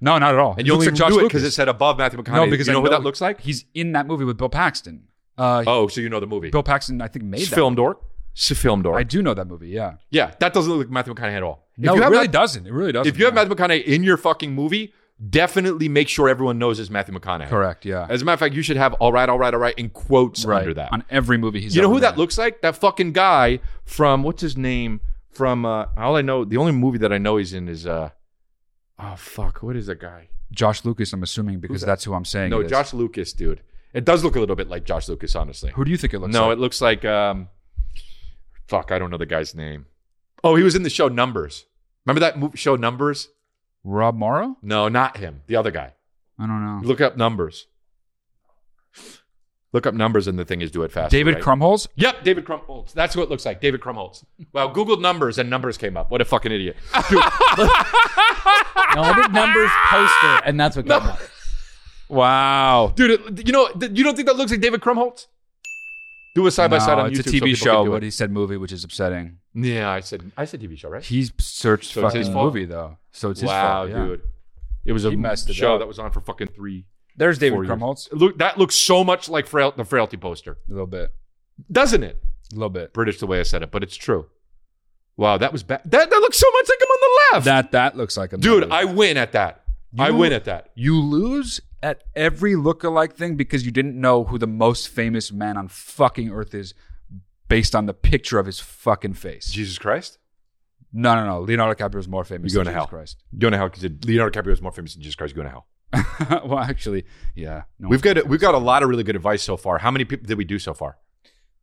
S2: no, not at all.
S1: And you
S2: looks
S1: only
S2: like Josh
S1: knew it
S2: Lucas.
S1: because it said above Matthew McConaughey.
S2: no, because
S1: you know,
S2: I
S1: who that looks like?
S2: He's in that movie with Bill Paxton. Uh,
S1: oh, so you know the movie.
S2: Bill Paxton, I think made
S1: It's
S2: that.
S1: film dork. It's a film dork.
S2: I do know that movie. Yeah.
S1: Yeah, that doesn't look like Matthew McConaughey at all.
S2: No,
S1: If you
S2: it
S1: have
S2: really
S1: Matt-
S2: doesn't. It really doesn't.
S1: If you have Matthew McConaughey in your fucking movie, definitely make sure everyone knows it's Matthew McConaughey.
S2: Correct. Yeah.
S1: As a matter of fact, you should have all right, all right, all right in quotes
S2: Right.
S1: under that.
S2: On every movie he's.
S1: you know
S2: ever
S1: who
S2: been
S1: that looks like? That fucking guy from what's his name? From uh, all I know, the only movie that I know he's in is uh, oh fuck, what is that guy?
S2: in. Josh Lucas, I'm assuming, because
S1: that?
S2: that's who I'm saying.
S1: no,
S2: it is.
S1: Josh Lucas, dude. It does look a little bit like Josh Lucas, honestly.
S2: Who do you think it looks
S1: no,
S2: like?
S1: it looks like um, fuck, I don't know the guy's name. Oh, he was in the show Numbers. Remember that mo- show Numbers?
S2: Rob Morrow? Oh.
S1: No, not him. The other guy.
S2: I don't know.
S1: Look up numbers. Look up numbers, and the thing is do it faster.
S2: David
S1: right?
S2: Crumholz.
S1: Yep, David Crumholtz. That's who it looks like. David Crumholtz. Wow, Googled numbers and numbers came up. What a fucking idiot.
S9: *laughs* No, I did numbers poster, and that's what came up.
S2: Wow.
S1: Dude, it- you know, th- you don't think that looks like David Crumholtz? Do a side by side
S2: No,
S1: on YouTube.
S2: It's a
S1: so
S2: TV
S1: people can
S2: show,
S1: do
S2: but
S1: it.
S2: he said movie, which is upsetting.
S1: yeah, I said I said TV show, right?
S2: He searched
S1: So it's his
S2: fucking
S1: fault?
S2: movie though, so it's his
S1: wow,
S2: fault. yeah.
S1: dude. It was
S2: He messed
S1: a
S2: it
S1: show
S2: up.
S1: that was on for fucking three.
S2: There's David
S1: four years.
S2: Krumholtz.
S1: Look, that looks so much like frail, the frailty poster,
S2: A little bit,
S1: doesn't it?
S2: a little bit.
S1: British the way I said it, but it's true. Wow, that was bad. That, that looks so much like him on the left.
S2: That that looks like a
S1: Dude,
S2: movie.
S1: I win at that. I
S2: You-
S1: win at that.
S2: You lose at every look-alike thing because you didn't know who the most famous man on fucking earth is based on the picture of his fucking face.
S1: Jesus Christ?
S2: No, no, no. Leonardo DiCaprio is more famous.
S1: You're
S2: than
S1: going to hell.
S2: Jesus Christ.
S1: You're going to hell because Leonardo DiCaprio is more famous than Jesus Christ. You're going to hell.
S2: *laughs* well, actually, yeah. No
S1: we've got we've got a lot of really good advice so far. How many people did we do so far?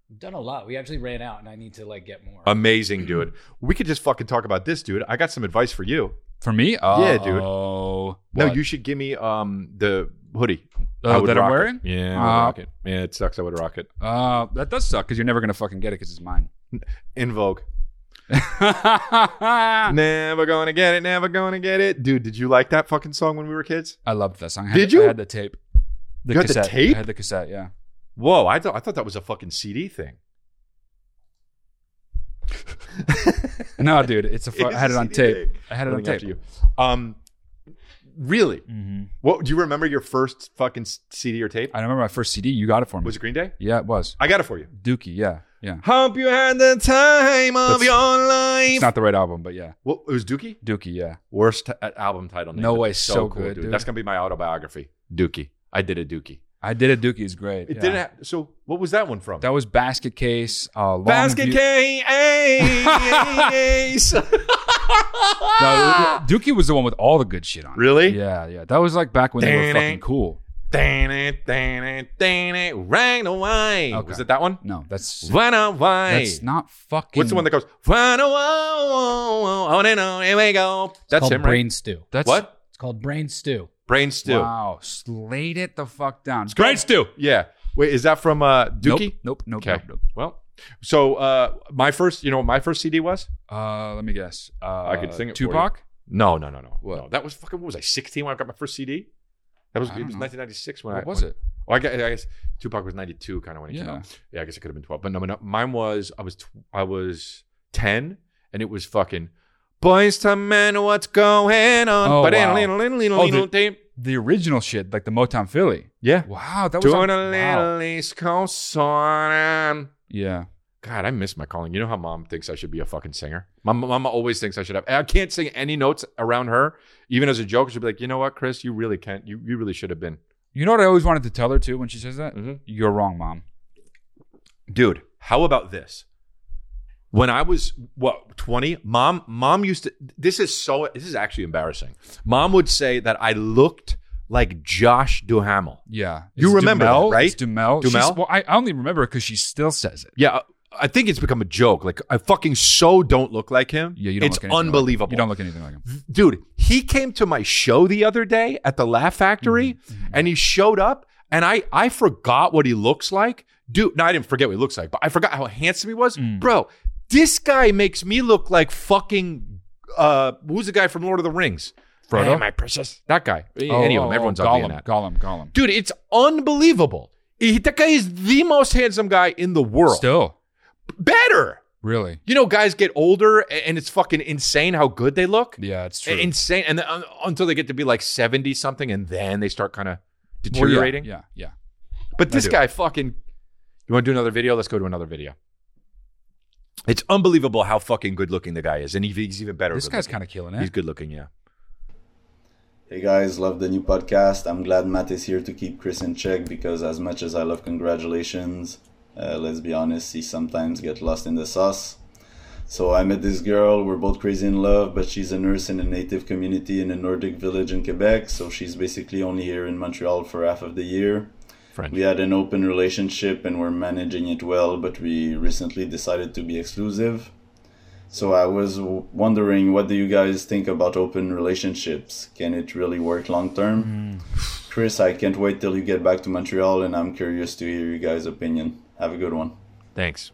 S9: We've done a lot. We actually ran out, and I need to like get more.
S1: Amazing, dude. We could just fucking talk about this, dude. I got some advice for you.
S2: for me. Oh,
S1: Yeah, dude. No,
S2: what?
S1: you should give me um the hoodie
S2: Uh,
S1: I would
S2: that I'm
S1: rock it.
S2: wearing?
S1: Yeah, I would
S2: Uh,
S1: rock it. Yeah, it sucks. I would rock it.
S2: Uh, that does suck because you're never gonna fucking get it because it's
S1: *laughs*
S2: mine. *laughs*
S1: In Vogue.
S2: I
S1: Never gonna get it. Never gonna get it, dude. Did you like that fucking song when we were kids?
S2: loved that song. I had,
S1: Did
S2: I
S1: you?
S2: had the tape. The
S1: You had the
S2: cassette.
S1: tape?
S2: I had the cassette. Yeah.
S1: Whoa, I thought I thought that was a fucking CD thing.
S2: No, dude. It's
S1: *laughs*
S2: a. Fu- I had it on tape. I had it on
S1: Running
S2: tape.
S1: after you. Um, really?
S2: Mm-hmm.
S1: What do you remember your first fucking s- CD or tape?
S2: I remember my first CD. You got it for me.
S1: Was it Green Day?
S2: yeah, it was.
S1: I got it for you.
S2: Dookie. Yeah, yeah.
S1: Hope you had the time of
S2: That's-
S1: your life.
S2: It's not the right album, but yeah,
S1: what, it was Dookie.
S2: Dookie. Yeah.
S1: Worst t- uh, album title. name.
S2: No
S1: That'd
S2: way,
S1: be
S2: so good, dude.
S1: That's gonna be my autobiography. Dookie. I did a Dookie.
S2: I did it. Dookie is great.
S1: It
S2: yeah.
S1: didn't. Ha- so what was that one from?
S2: That was Basket Case. Uh, Long
S1: Basket
S2: View-
S1: case.
S2: No, Dookie was the one with all the good shit on. it.
S1: Really?
S2: Yeah, yeah. That was like back when they were
S1: Dang it.
S2: fucking cool.
S1: Dan it, dan it, dan it, ran away.
S2: Okay.
S1: Was it that one?
S2: No, that's
S1: Run away.
S2: that's not fucking.
S1: What's the one that goes? Run away, on and on, here we go. That's
S9: called
S1: him, right?
S9: brain stew.
S2: That's
S1: what?
S9: It's called brain stew.
S1: Brain stew.
S2: Wow, slayed it the fuck down.
S1: Brain stew. Yeah. Wait, is that from uh,
S2: Nope,
S1: Dookie?
S2: Nope. Nope.
S1: Okay.
S2: Nope. nope.
S1: Well, so uh, my first, you know, what my first CD was?
S2: Uh, let me guess. Uh,
S1: I could sing it for you.
S2: Tupac.
S1: No, no, no, no.
S2: What?
S1: No, that was fucking. What was I? Sixteen when I got my first CD. That was.
S2: I
S1: It
S2: don't
S1: was
S2: know.
S1: nineteen ninety six when I
S2: What was
S1: when-
S2: it?
S1: Oh, I guess, I guess Tupac was ninety two, kind of when he came
S2: Yeah.
S1: out. Yeah, I guess it could have been twelve, but no, no, mine was. I was. Tw- I was ten, and it was fucking. Boys to men, what's going on?
S2: Oh,
S1: But
S2: wow.
S1: little, little, little,
S2: Oh,
S1: little
S2: the-
S1: tape.
S2: The original shit, like the Motown Philly.
S1: Yeah.
S2: Wow, Oh, that was.
S1: Doing
S2: on-
S1: a
S2: wow.
S1: little East Coast song.
S2: Yeah.
S1: God, I miss my calling. You know how mom thinks I should be a fucking singer? My my mama always thinks I should have. I can't sing any notes around her, even as a joke. She'll be like, you know what, Chris, you really can't. You, you really should have been.
S2: You know what I always wanted to tell her too when she says that?
S1: Mhm.
S2: You're wrong, mom.
S1: Dude, how about this? When I was what 20, mom mom used to this is so this is actually embarrassing. Mom would say that I looked like Josh Duhamel.
S2: Yeah.
S1: You remember that,
S2: Dumel,
S1: right?
S2: It's Dumel. She's-
S1: Dumel?
S2: Well, I, I only remember it because she still says it.
S1: Yeah, I think it's become a joke. Like I fucking so don't look like him.
S2: Yeah, you don't
S1: it's
S2: look anything like him.
S1: unbelievable.
S2: you don't look anything like him.
S1: dude, He came to my show the other day at the Laugh Factory
S2: Mm-hmm.
S1: and he showed up and I I forgot what he looks like. Dude, no, I didn't forget what he looks like, but I forgot how handsome he was.
S2: Mm.
S1: Bro, this guy makes me look like fucking uh who's the guy from Lord of the Rings?
S2: Frodo?
S1: Hey, my precious. That guy.
S2: Oh,
S1: Any of
S2: oh,
S1: them.
S2: oh,
S1: Everyone's ugly in
S2: Gollum,
S1: that.
S2: Gollum, Gollum.
S1: Dude, it's unbelievable. He, that guy is the most handsome guy in the world.
S2: Still.
S1: Better.
S2: Really?
S1: You know, guys get older a- and it's fucking insane how good they look.
S2: Yeah, it's true.
S1: Insane. And then, uh, until they get to be like 70 something and then they start kind of
S2: Well, yeah,
S1: deteriorating.
S2: yeah, yeah.
S1: But
S2: I
S1: this
S2: do.
S1: guy fucking. You want to do another video? Let's go to another video. It's unbelievable how fucking good looking the guy is. And he- he's even better.
S2: This
S1: good
S2: guy's
S1: looking.
S2: kinda killing it.
S1: He's good looking, yeah.
S14: Hey guys, love the new podcast. I'm glad Matt is here to keep Chris in check because, as much as I love congratulations, uh, let's be honest, he sometimes gets lost in the sauce. So I met this girl. We're both crazy in love, but she's a nurse in a native community in a Nordic village in Quebec. So she's basically only here in Montreal for half of the year. We had an open relationship and we're managing it well, but we recently decided to be exclusive. So I was w- wondering, what do you guys think about open relationships? Can it really work long term? Chris, I can't wait till you get back to Montreal, and I'm curious to hear you guys' opinion. Have a good one.
S1: Thanks.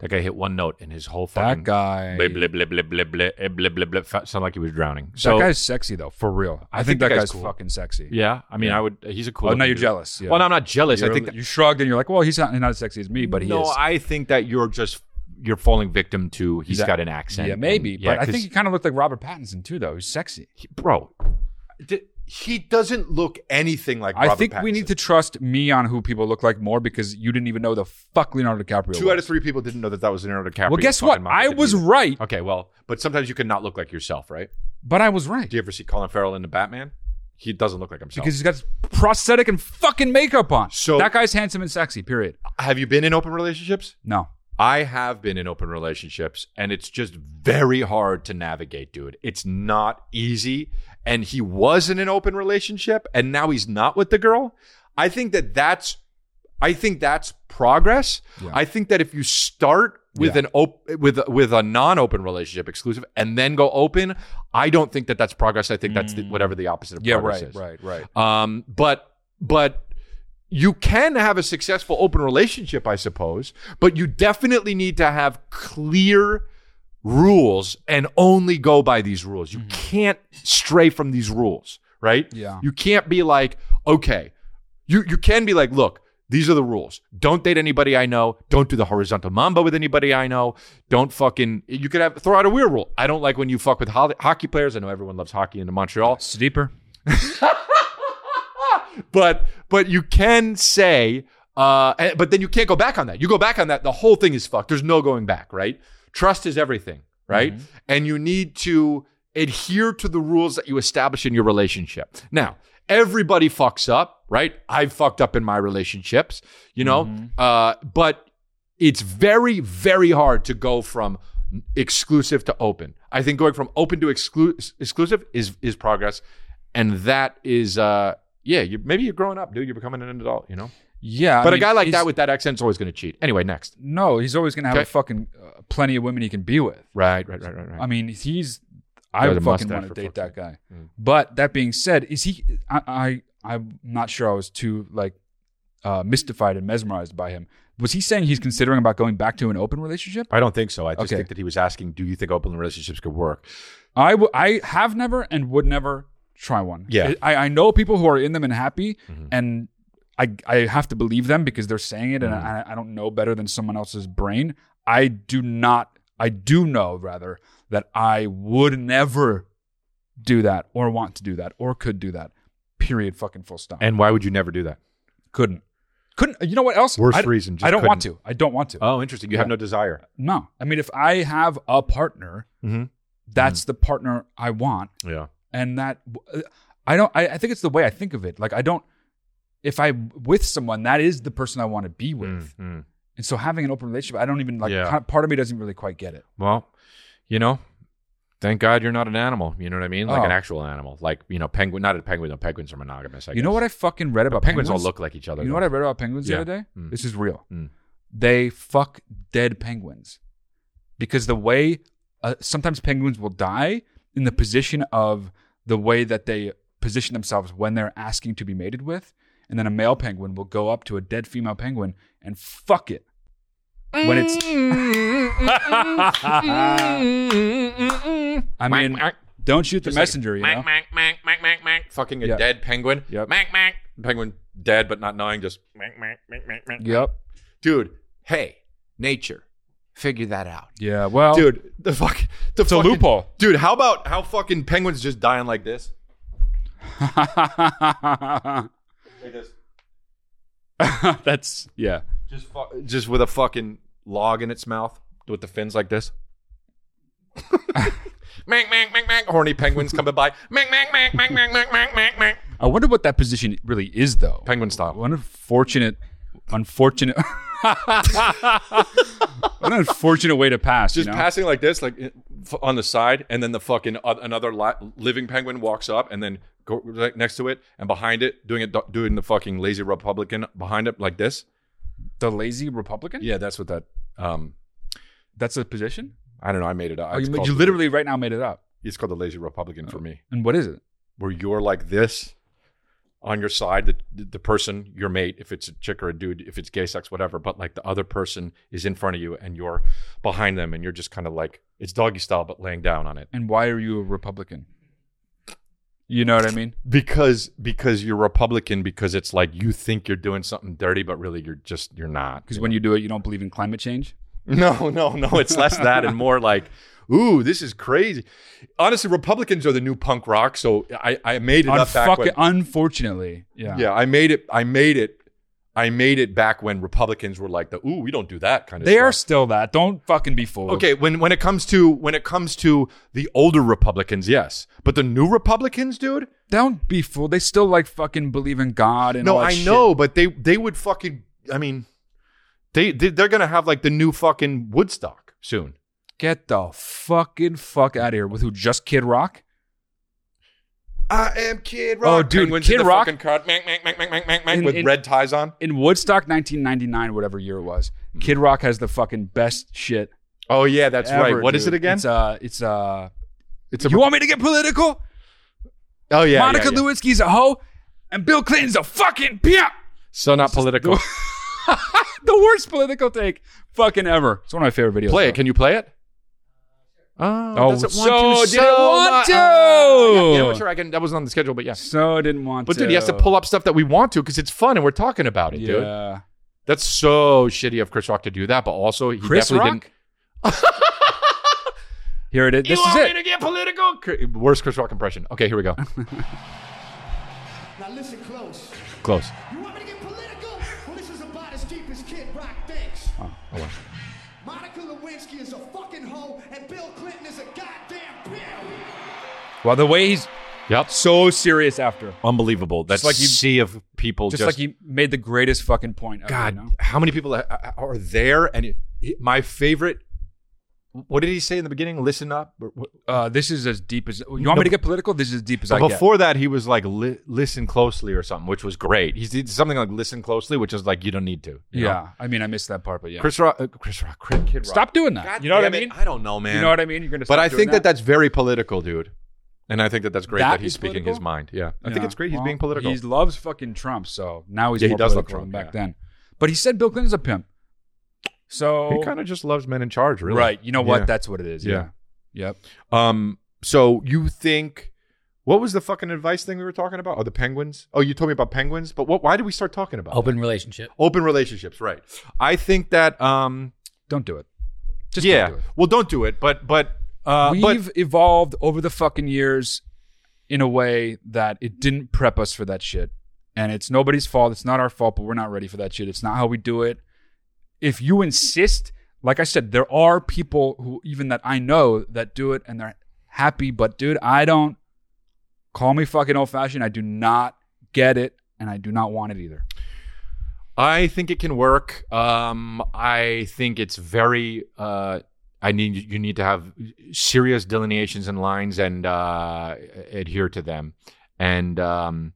S1: That guy hit one note in his whole fucking. That guy. Blip, blip, blip, blip, blip, blip, eh, blip, blip, blip. Fa- Sound like he was drowning. So,
S2: that guy's sexy though, for real. I, think,
S1: the
S2: that guy's,
S1: cool.
S2: fucking sexy.
S1: Yeah, I mean, I would- uh, he's a cool
S2: Oh, now
S1: looking
S2: you're
S1: dude.
S2: jealous. Yeah.
S1: Well, no, I'm not jealous. I
S2: You're-
S1: think that-
S2: you shrugged and you're like, well, he's not, not as sexy as me, but he
S1: no,
S2: is.
S1: I think that you're just you're falling victim to. He's
S2: That-
S1: got an accent.
S2: Yeah, maybe.
S1: And-
S2: but I
S1: 'cause-
S2: think he kind of looked like Robert Pattinson too, though. He's sexy,
S1: bro. d- he doesn't look anything like.
S2: I
S1: Robert
S2: think we need to trust me on who people look like more because you didn't even know the fuck Leonardo DiCaprio.
S1: Two out of three people didn't know that that was Leonardo DiCaprio.
S2: Well, guess what?
S1: Fucking
S2: I
S1: Michael
S2: was
S1: didn't
S2: right,
S1: either. Okay, well, but sometimes you can not look like yourself, right?
S2: but I was right
S1: Do you ever see Colin Farrell in the Batman? He doesn't look like himself.
S2: because he's got prosthetic and fucking makeup on.
S1: So-
S2: that guy's handsome and sexy. Period.
S1: Have you been in open relationships?
S2: No.
S1: I have been in open relationships and it's just very hard to navigate, dude. It's not easy. And he was in an open relationship and now he's not with the girl. I think that that's I think that's progress. I think that if you start with
S2: Yeah.
S1: an op- with a- with a non-open relationship exclusive and then go open, I don't think that that's progress. I think that's the, whatever the opposite of
S2: Mm. Yeah,
S1: progress
S2: right,
S1: is.
S2: right, right.
S1: Um, but but you can have a successful open relationship, I suppose, but you definitely need to have clear rules and only go by these rules. You can't stray from these rules, right?
S2: Mm-hmm. Yeah.
S1: You can't be like, okay, you you can be like, look, these are the rules. Don't date anybody I know. Don't do the horizontal mamba with anybody I know. Don't fucking. You could have throw out a weird rule. I don't like when you fuck with ho- hockey players. I know everyone loves hockey in Montreal. It's
S2: deeper.
S1: but but you can say uh and- but then you can't go back on that you go back on that the whole thing is fucked there's no going back right trust is everything right and you need to adhere to the rules that you establish in your relationship now everybody fucks up right i've fucked up in my relationships you know uh but it's very very hard to go from exclusive to open i think going from open to exclu- exclusive is is progress and that is uh yeah you maybe you're growing up dude you're becoming an adult you know
S2: Yeah, I
S1: but
S2: mean,
S1: a guy like
S2: he's-
S1: that with that accent's always going to cheat anyway next
S2: No, he's always going to have
S1: Okay.
S2: a fucking uh, plenty of women he can be with.
S1: right right right right right
S2: I mean, he's.
S1: He
S2: I
S1: has a
S2: would fucking
S1: mustache
S2: want
S1: for
S2: to date
S1: fuck's Mm.
S2: that guy. But that being said, is he? I, I I'm not sure. I was too like uh, mystified and mesmerized by him. Was he saying he's considering about going back to an open relationship?
S1: i don't think so i just
S2: Okay.
S1: think that he was asking do you think open relationships could work
S2: I, w- I have never and would never try one.
S1: Yeah. Mm-hmm.
S2: I, I know people who are in them and happy, and I, I have to believe them because they're saying it, and
S1: Mhm.
S2: I, I don't know better than someone else's brain. I do not, I do know rather that I would never do that or want to do that or could do that. Period. Fucking full stop.
S1: and why would you never do that
S2: couldn't couldn't you know what else
S1: Worst
S2: I,
S1: reason, just
S2: i don't want
S1: couldn't.
S2: to i don't want to
S1: oh interesting you have
S2: Yeah.
S1: no desire
S2: no i mean if i have a partner
S1: mm-hmm.
S2: that's the partner i want
S1: yeah
S2: and that i don't I, I think it's the way i think of it like i don't if i'm with someone that is the person i want to be with and so having an open relationship i don't even like
S1: Mm-hmm. Yeah.
S2: kind of- part of me doesn't really quite get it
S1: well you know thank god you're not an animal you know what i mean like
S2: Oh.
S1: an actual animal like you know penguin not a penguin though penguins are monogamous I
S2: you know
S1: guess.
S2: what i fucking read
S1: But
S2: about
S1: penguins all look like each other,
S2: you know
S1: though.
S2: what i read about penguins
S1: Yeah.
S2: the other day
S1: Mm.
S2: this is real
S1: Mm.
S2: they fuck dead penguins because the way uh, sometimes penguins will die in the position of the way that they position themselves when they're asking to be mated with. And then a male penguin will go up to a dead female penguin and fuck it. When it's. I mean, don't shoot the
S1: Just like,
S2: messenger, you know?
S1: Mank, mank, mank, mank, mank, mank. Fucking a
S2: Yeah.
S1: dead penguin.
S2: Yep.
S1: Mank, mank. Penguin dead but not knowing, just mank, mank, mank, mank, mank.
S2: Yep.
S1: Dude, hey, nature, figure that out.
S2: Yeah, well.
S1: Dude, the fuck. The
S2: it's a loophole.
S1: Dude, how about how fucking penguins just dying like this? Like this.
S2: *laughs* That's, yeah.
S1: Just, fu- just with a fucking log in its mouth with the fins
S2: *laughs*
S1: like this. mank, mank, mank, mank. Horny penguins coming by. Mank, mank, mank, mank, mank, mank, mank, mank, mank.
S2: I wonder what that position really is, though.
S1: Penguin style.
S2: What an unfortunate, unfortunate, *laughs* what an unfortunate way to pass.
S1: just
S2: you know?
S1: passing like this, like f- on the side, and then the fucking o- another li- living penguin walks up, and then go right next to it, and behind it, doing it, doing the fucking lazy Republican behind it, like this.
S2: The lazy Republican?
S1: Yeah, that's what that. Um,
S2: That's a position.
S1: I don't know. I made it up.
S2: Oh,
S1: It's
S2: you, ma-
S1: called
S2: you
S1: the-
S2: literally right now made it up. Oh.
S1: It's called the lazy Republican for me.
S2: And what is it?
S1: Where you're like this on your side, the, the the person, your mate, if it's a chick or a dude, if it's gay sex, whatever, but like the other person is in front of you and you're behind them and you're just kind of like, it's doggy style, but laying down on it.
S2: And why are you a Republican? You know what I mean?
S1: because because you're republican because it's like you think you're doing something dirty but really you're just you're not
S2: Because when you do it, you don't believe in climate change.
S1: *laughs* no no no it's less that and more *laughs* like ooh this is crazy honestly republicans are the new punk rock so i i made it up back when,
S2: Unfucking, unfortunately, yeah.
S1: yeah i made it i made it i made it back when republicans were like the ooh we don't do that kind of
S2: They
S1: stuff.
S2: are still that. Don't fucking be fooled.
S1: Okay, when when it comes to when it comes to the older Republicans, yes, but the new Republicans, dude,
S2: don't be fooled. They still like fucking believe in God and
S1: no,
S2: all that
S1: I
S2: shit.
S1: know, but they they would fucking. I mean, they, they they're gonna have like the new fucking Woodstock soon.
S2: Get the fucking fuck out of here with who? Just Kid Rock?
S1: I am Kid
S2: Oh, dude,
S1: Penguins
S2: Kid
S1: in the
S2: Rock-
S1: fucking crowd, mank, mank, mank, mank, mank, mank, mank,
S2: In-
S1: with
S2: in-
S1: red ties on.
S2: In Woodstock 1999, whatever year it was, Kid Rock has the fucking best shit.
S1: Oh yeah, that's
S2: ever,
S1: right. What is
S2: dude.
S1: it again?
S2: It's uh, it's uh,
S1: it's a.
S2: You want me to get political?
S1: oh yeah,
S2: Monica
S1: yeah, yeah.
S2: Lewinsky's a hoe, and Bill Clinton's a fucking pimp. *laughs*
S1: So not political.
S2: The worst political take fucking ever. It's one of my favorite videos.
S1: play it. Can you play it? Oh,
S2: Oh,
S1: doesn't
S2: so
S1: want to,
S2: didn't want
S1: much.
S2: to.
S1: Uh, yeah, yeah, sure. I can. That wasn't on the schedule, but yeah.
S2: So didn't want
S1: But
S2: to.
S1: dude, he has to pull up stuff that we want to because it's fun and we're talking about it, dude.
S2: Yeah.
S1: That's so shitty of Chris Rock to do that, but also he
S2: Chris
S1: definitely
S2: Rock? *laughs*
S1: didn't.
S2: Here it is. This is it.
S1: to get political? Cr- Worst Chris Rock impression. Okay, here
S2: *laughs*
S1: we go.
S3: Now listen close.
S1: Close.
S3: You want me to get political? Well, this is about as deep as Kid Rock thinks.
S1: Oh, oh, wow.
S3: Monica Lewinsky is a fucking hoe, and Bill Clinton is a goddamn pimp.
S2: Well, the way he's
S1: yep.
S2: so serious after.
S1: Unbelievable. That's
S2: Just
S1: like
S2: like
S1: you
S2: you-
S1: sea of people.
S2: Just,
S1: Just,
S2: like he made the greatest fucking point. Ever,
S1: God,
S2: you know?
S1: how many people a- a- are there? And it, it- my favorite. What did he say in the beginning? Listen up. Or what-
S2: uh, this is as deep as. You want
S1: No,
S2: me to get political? This is as deep as I
S1: But
S2: get.
S1: before that, he was like, li- "Listen closely" or something, which was great. He did something like "Listen closely," which is like you don't need to. you know?
S2: yeah, I mean, I missed that part, but yeah.
S1: Chris Rock, uh, Chris Rock, Chris, Kid Rock.
S2: Stop doing that.
S1: God
S2: you know what I
S1: damn it.
S2: mean?
S1: I don't know, man.
S2: You know what I mean? You're gonna.
S1: But
S2: stop
S1: I
S2: doing
S1: think that
S2: that
S1: that's very political, dude. And I think that that's great that,
S2: That
S1: he's
S2: is
S1: speaking his
S2: political?
S1: mind. Yeah, I think
S2: Yeah.
S1: it's great. He's
S2: Well,
S1: being political.
S2: He loves fucking Trump, so now he's
S1: Yeah, he
S2: more
S1: does love
S2: political than
S1: Trump,
S2: back
S1: yeah.
S2: then. But he said Bill Clinton's a pimp. So
S1: he kind of just loves men in charge, really.
S2: right. You know what?
S1: Yeah.
S2: That's what it is. Yeah. Yep.
S1: Um. So you think what was the fucking advice thing we were talking about? Oh, the penguins. Oh, you told me about penguins. But what? Why did we start talking about
S9: Open
S1: that?
S9: relationship.
S1: open relationships? Right. I think that. Um.
S2: Don't do it. Just
S1: yeah.
S2: don't do it.
S1: Well, don't do it. But but uh. but
S2: We've evolved over the fucking years in a way that it didn't prep us for that shit. And it's nobody's fault. It's not our fault, but we're not ready for that shit. It's not how we do it. If you insist, like I said, there are people who even that I know that do it and they're happy, but dude, I don't call me fucking old fashioned. I do not get it and I do not want it either.
S1: I think it can work. Um, I think it's very. Uh, I need you need to have serious delineations and lines and uh, adhere to them. And um,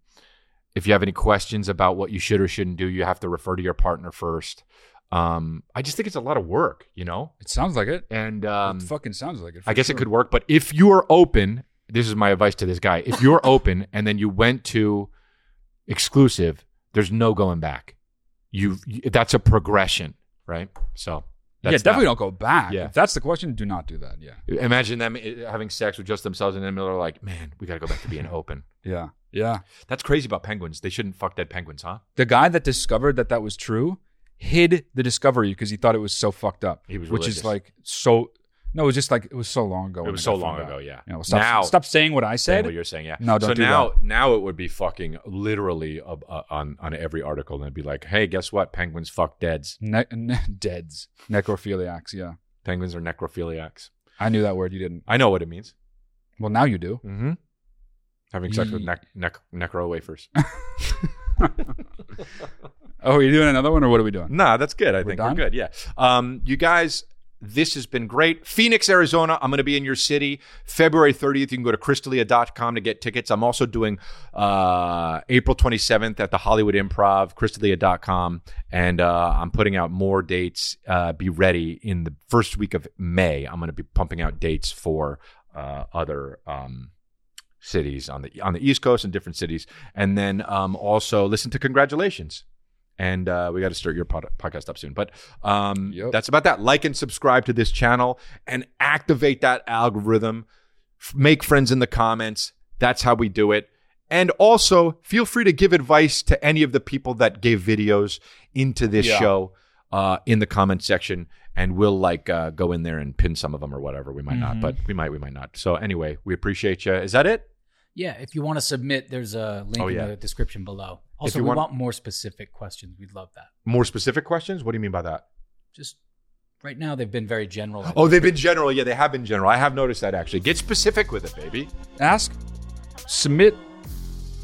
S1: if you have any questions about what you should or shouldn't do, you have to refer to your partner first. Um, I just think it's a lot of work, you know.
S2: It sounds like it.
S1: And um,
S2: it fucking sounds like it.
S1: I
S2: for
S1: guess
S2: sure.
S1: it could work. But if you are open this is my advice to this guy. If you're open *laughs* and then you went to exclusive, there's no going back. You've you- that's a progression, right? So
S2: Yeah,
S1: that's
S2: definitely don't
S1: that.
S2: go back.
S1: Yeah.
S2: If that's the question, do not do that. Yeah.
S1: Imagine them eh, having sex with just themselves, and then they're like, "Man, we got to go back
S2: *laughs*
S1: to being open."
S2: Yeah. Yeah.
S1: That's crazy about penguins. They shouldn't fuck dead penguins, huh?
S2: The guy that discovered that that was true hid the discovery because he thought it was so fucked up.
S1: He was
S2: which
S1: religious.
S2: is like so. No, it was just like it was so long ago.
S1: It
S2: when
S1: was
S2: I
S1: so
S2: found
S1: long
S2: out.
S1: ago, yeah.
S2: You know, stop,
S1: Now-
S2: stop saying what I
S1: Saying
S2: said.
S1: what you're saying, yeah.
S2: No, don't
S1: so
S2: do
S1: now,
S2: that.
S1: now it would be fucking literally uh, uh, on on every article, and it'd be like, "Hey, guess what? Penguins fuck deads.
S2: Ne- ne- *laughs* deads, necrophiliacs. Yeah,
S1: Penguins are necrophiliacs."
S2: I knew that word. You didn't.
S1: I know what it means.
S2: Well, now you do.
S1: Mm-hmm. Having sex with
S2: Ye-
S1: nec- nec- necro wafers.
S2: *laughs* Oh, are you doing another one, or what are we doing?
S1: Nah, that's good. I
S2: We're
S1: think
S2: done?
S1: we're good. Yeah. Um, you guys, this has been great. Phoenix, Arizona. I'm going to be in your city February 30th. You can go to crystalia.com to get tickets. I'm also doing uh, April 27th at the Hollywood Improv, crystalia.com. And uh, I'm putting out more dates. Uh, be ready in the first week of May. I'm going to be pumping out dates for uh, other. Um, cities on the on the East Coast and different cities, and then um, also listen to congratulations. And uh, we got to start your pod- podcast up soon. But um, that's about that. Like and subscribe to this channel and activate that algorithm. F- make friends in the comments. That's how we do it. And also, feel free to give advice to any of the people that gave videos into this
S15: Yeah.
S1: show uh, in the comment section, and we'll like uh, go in there and pin some of them or whatever. We might not,
S9: Mhm.
S2: Mm-hmm.
S1: but we might, we might not. So anyway, we appreciate you. Is that it?
S9: Yeah, if you want to submit, there's a link
S1: Oh, yeah.
S9: in the description below. Also,
S1: you
S9: we
S1: want-
S9: want-, more specific questions. We'd love that.
S1: More specific questions? What do you mean by that?
S9: Just right now, they've been very general.
S1: Oh, they've been general. Yeah, they have been general. I have noticed that actually. Get specific with it, baby.
S2: Ask, submit,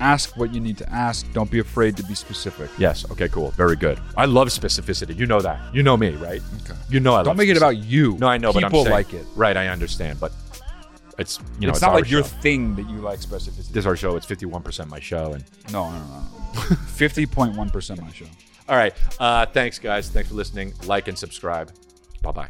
S2: ask what you need to ask. Don't be afraid to be specific.
S1: Yes. Okay, cool. Very good. I love specificity. You know that. You know me, right? Okay. You know I
S2: Don't
S1: love
S2: make it
S1: specific-
S2: about you.
S1: No, I know, but I'm
S2: People
S1: saying-
S2: like it.
S1: Right, I understand, but it's you know
S2: it's, not
S1: our
S2: like your
S1: show.
S2: thing that you like specificity.
S1: This is our show. It's 51% my show and
S2: No, no, no. *laughs* Fifty point one percent my show.
S1: All right. Uh thanks guys. Thanks for listening. Like and subscribe. Bye-bye.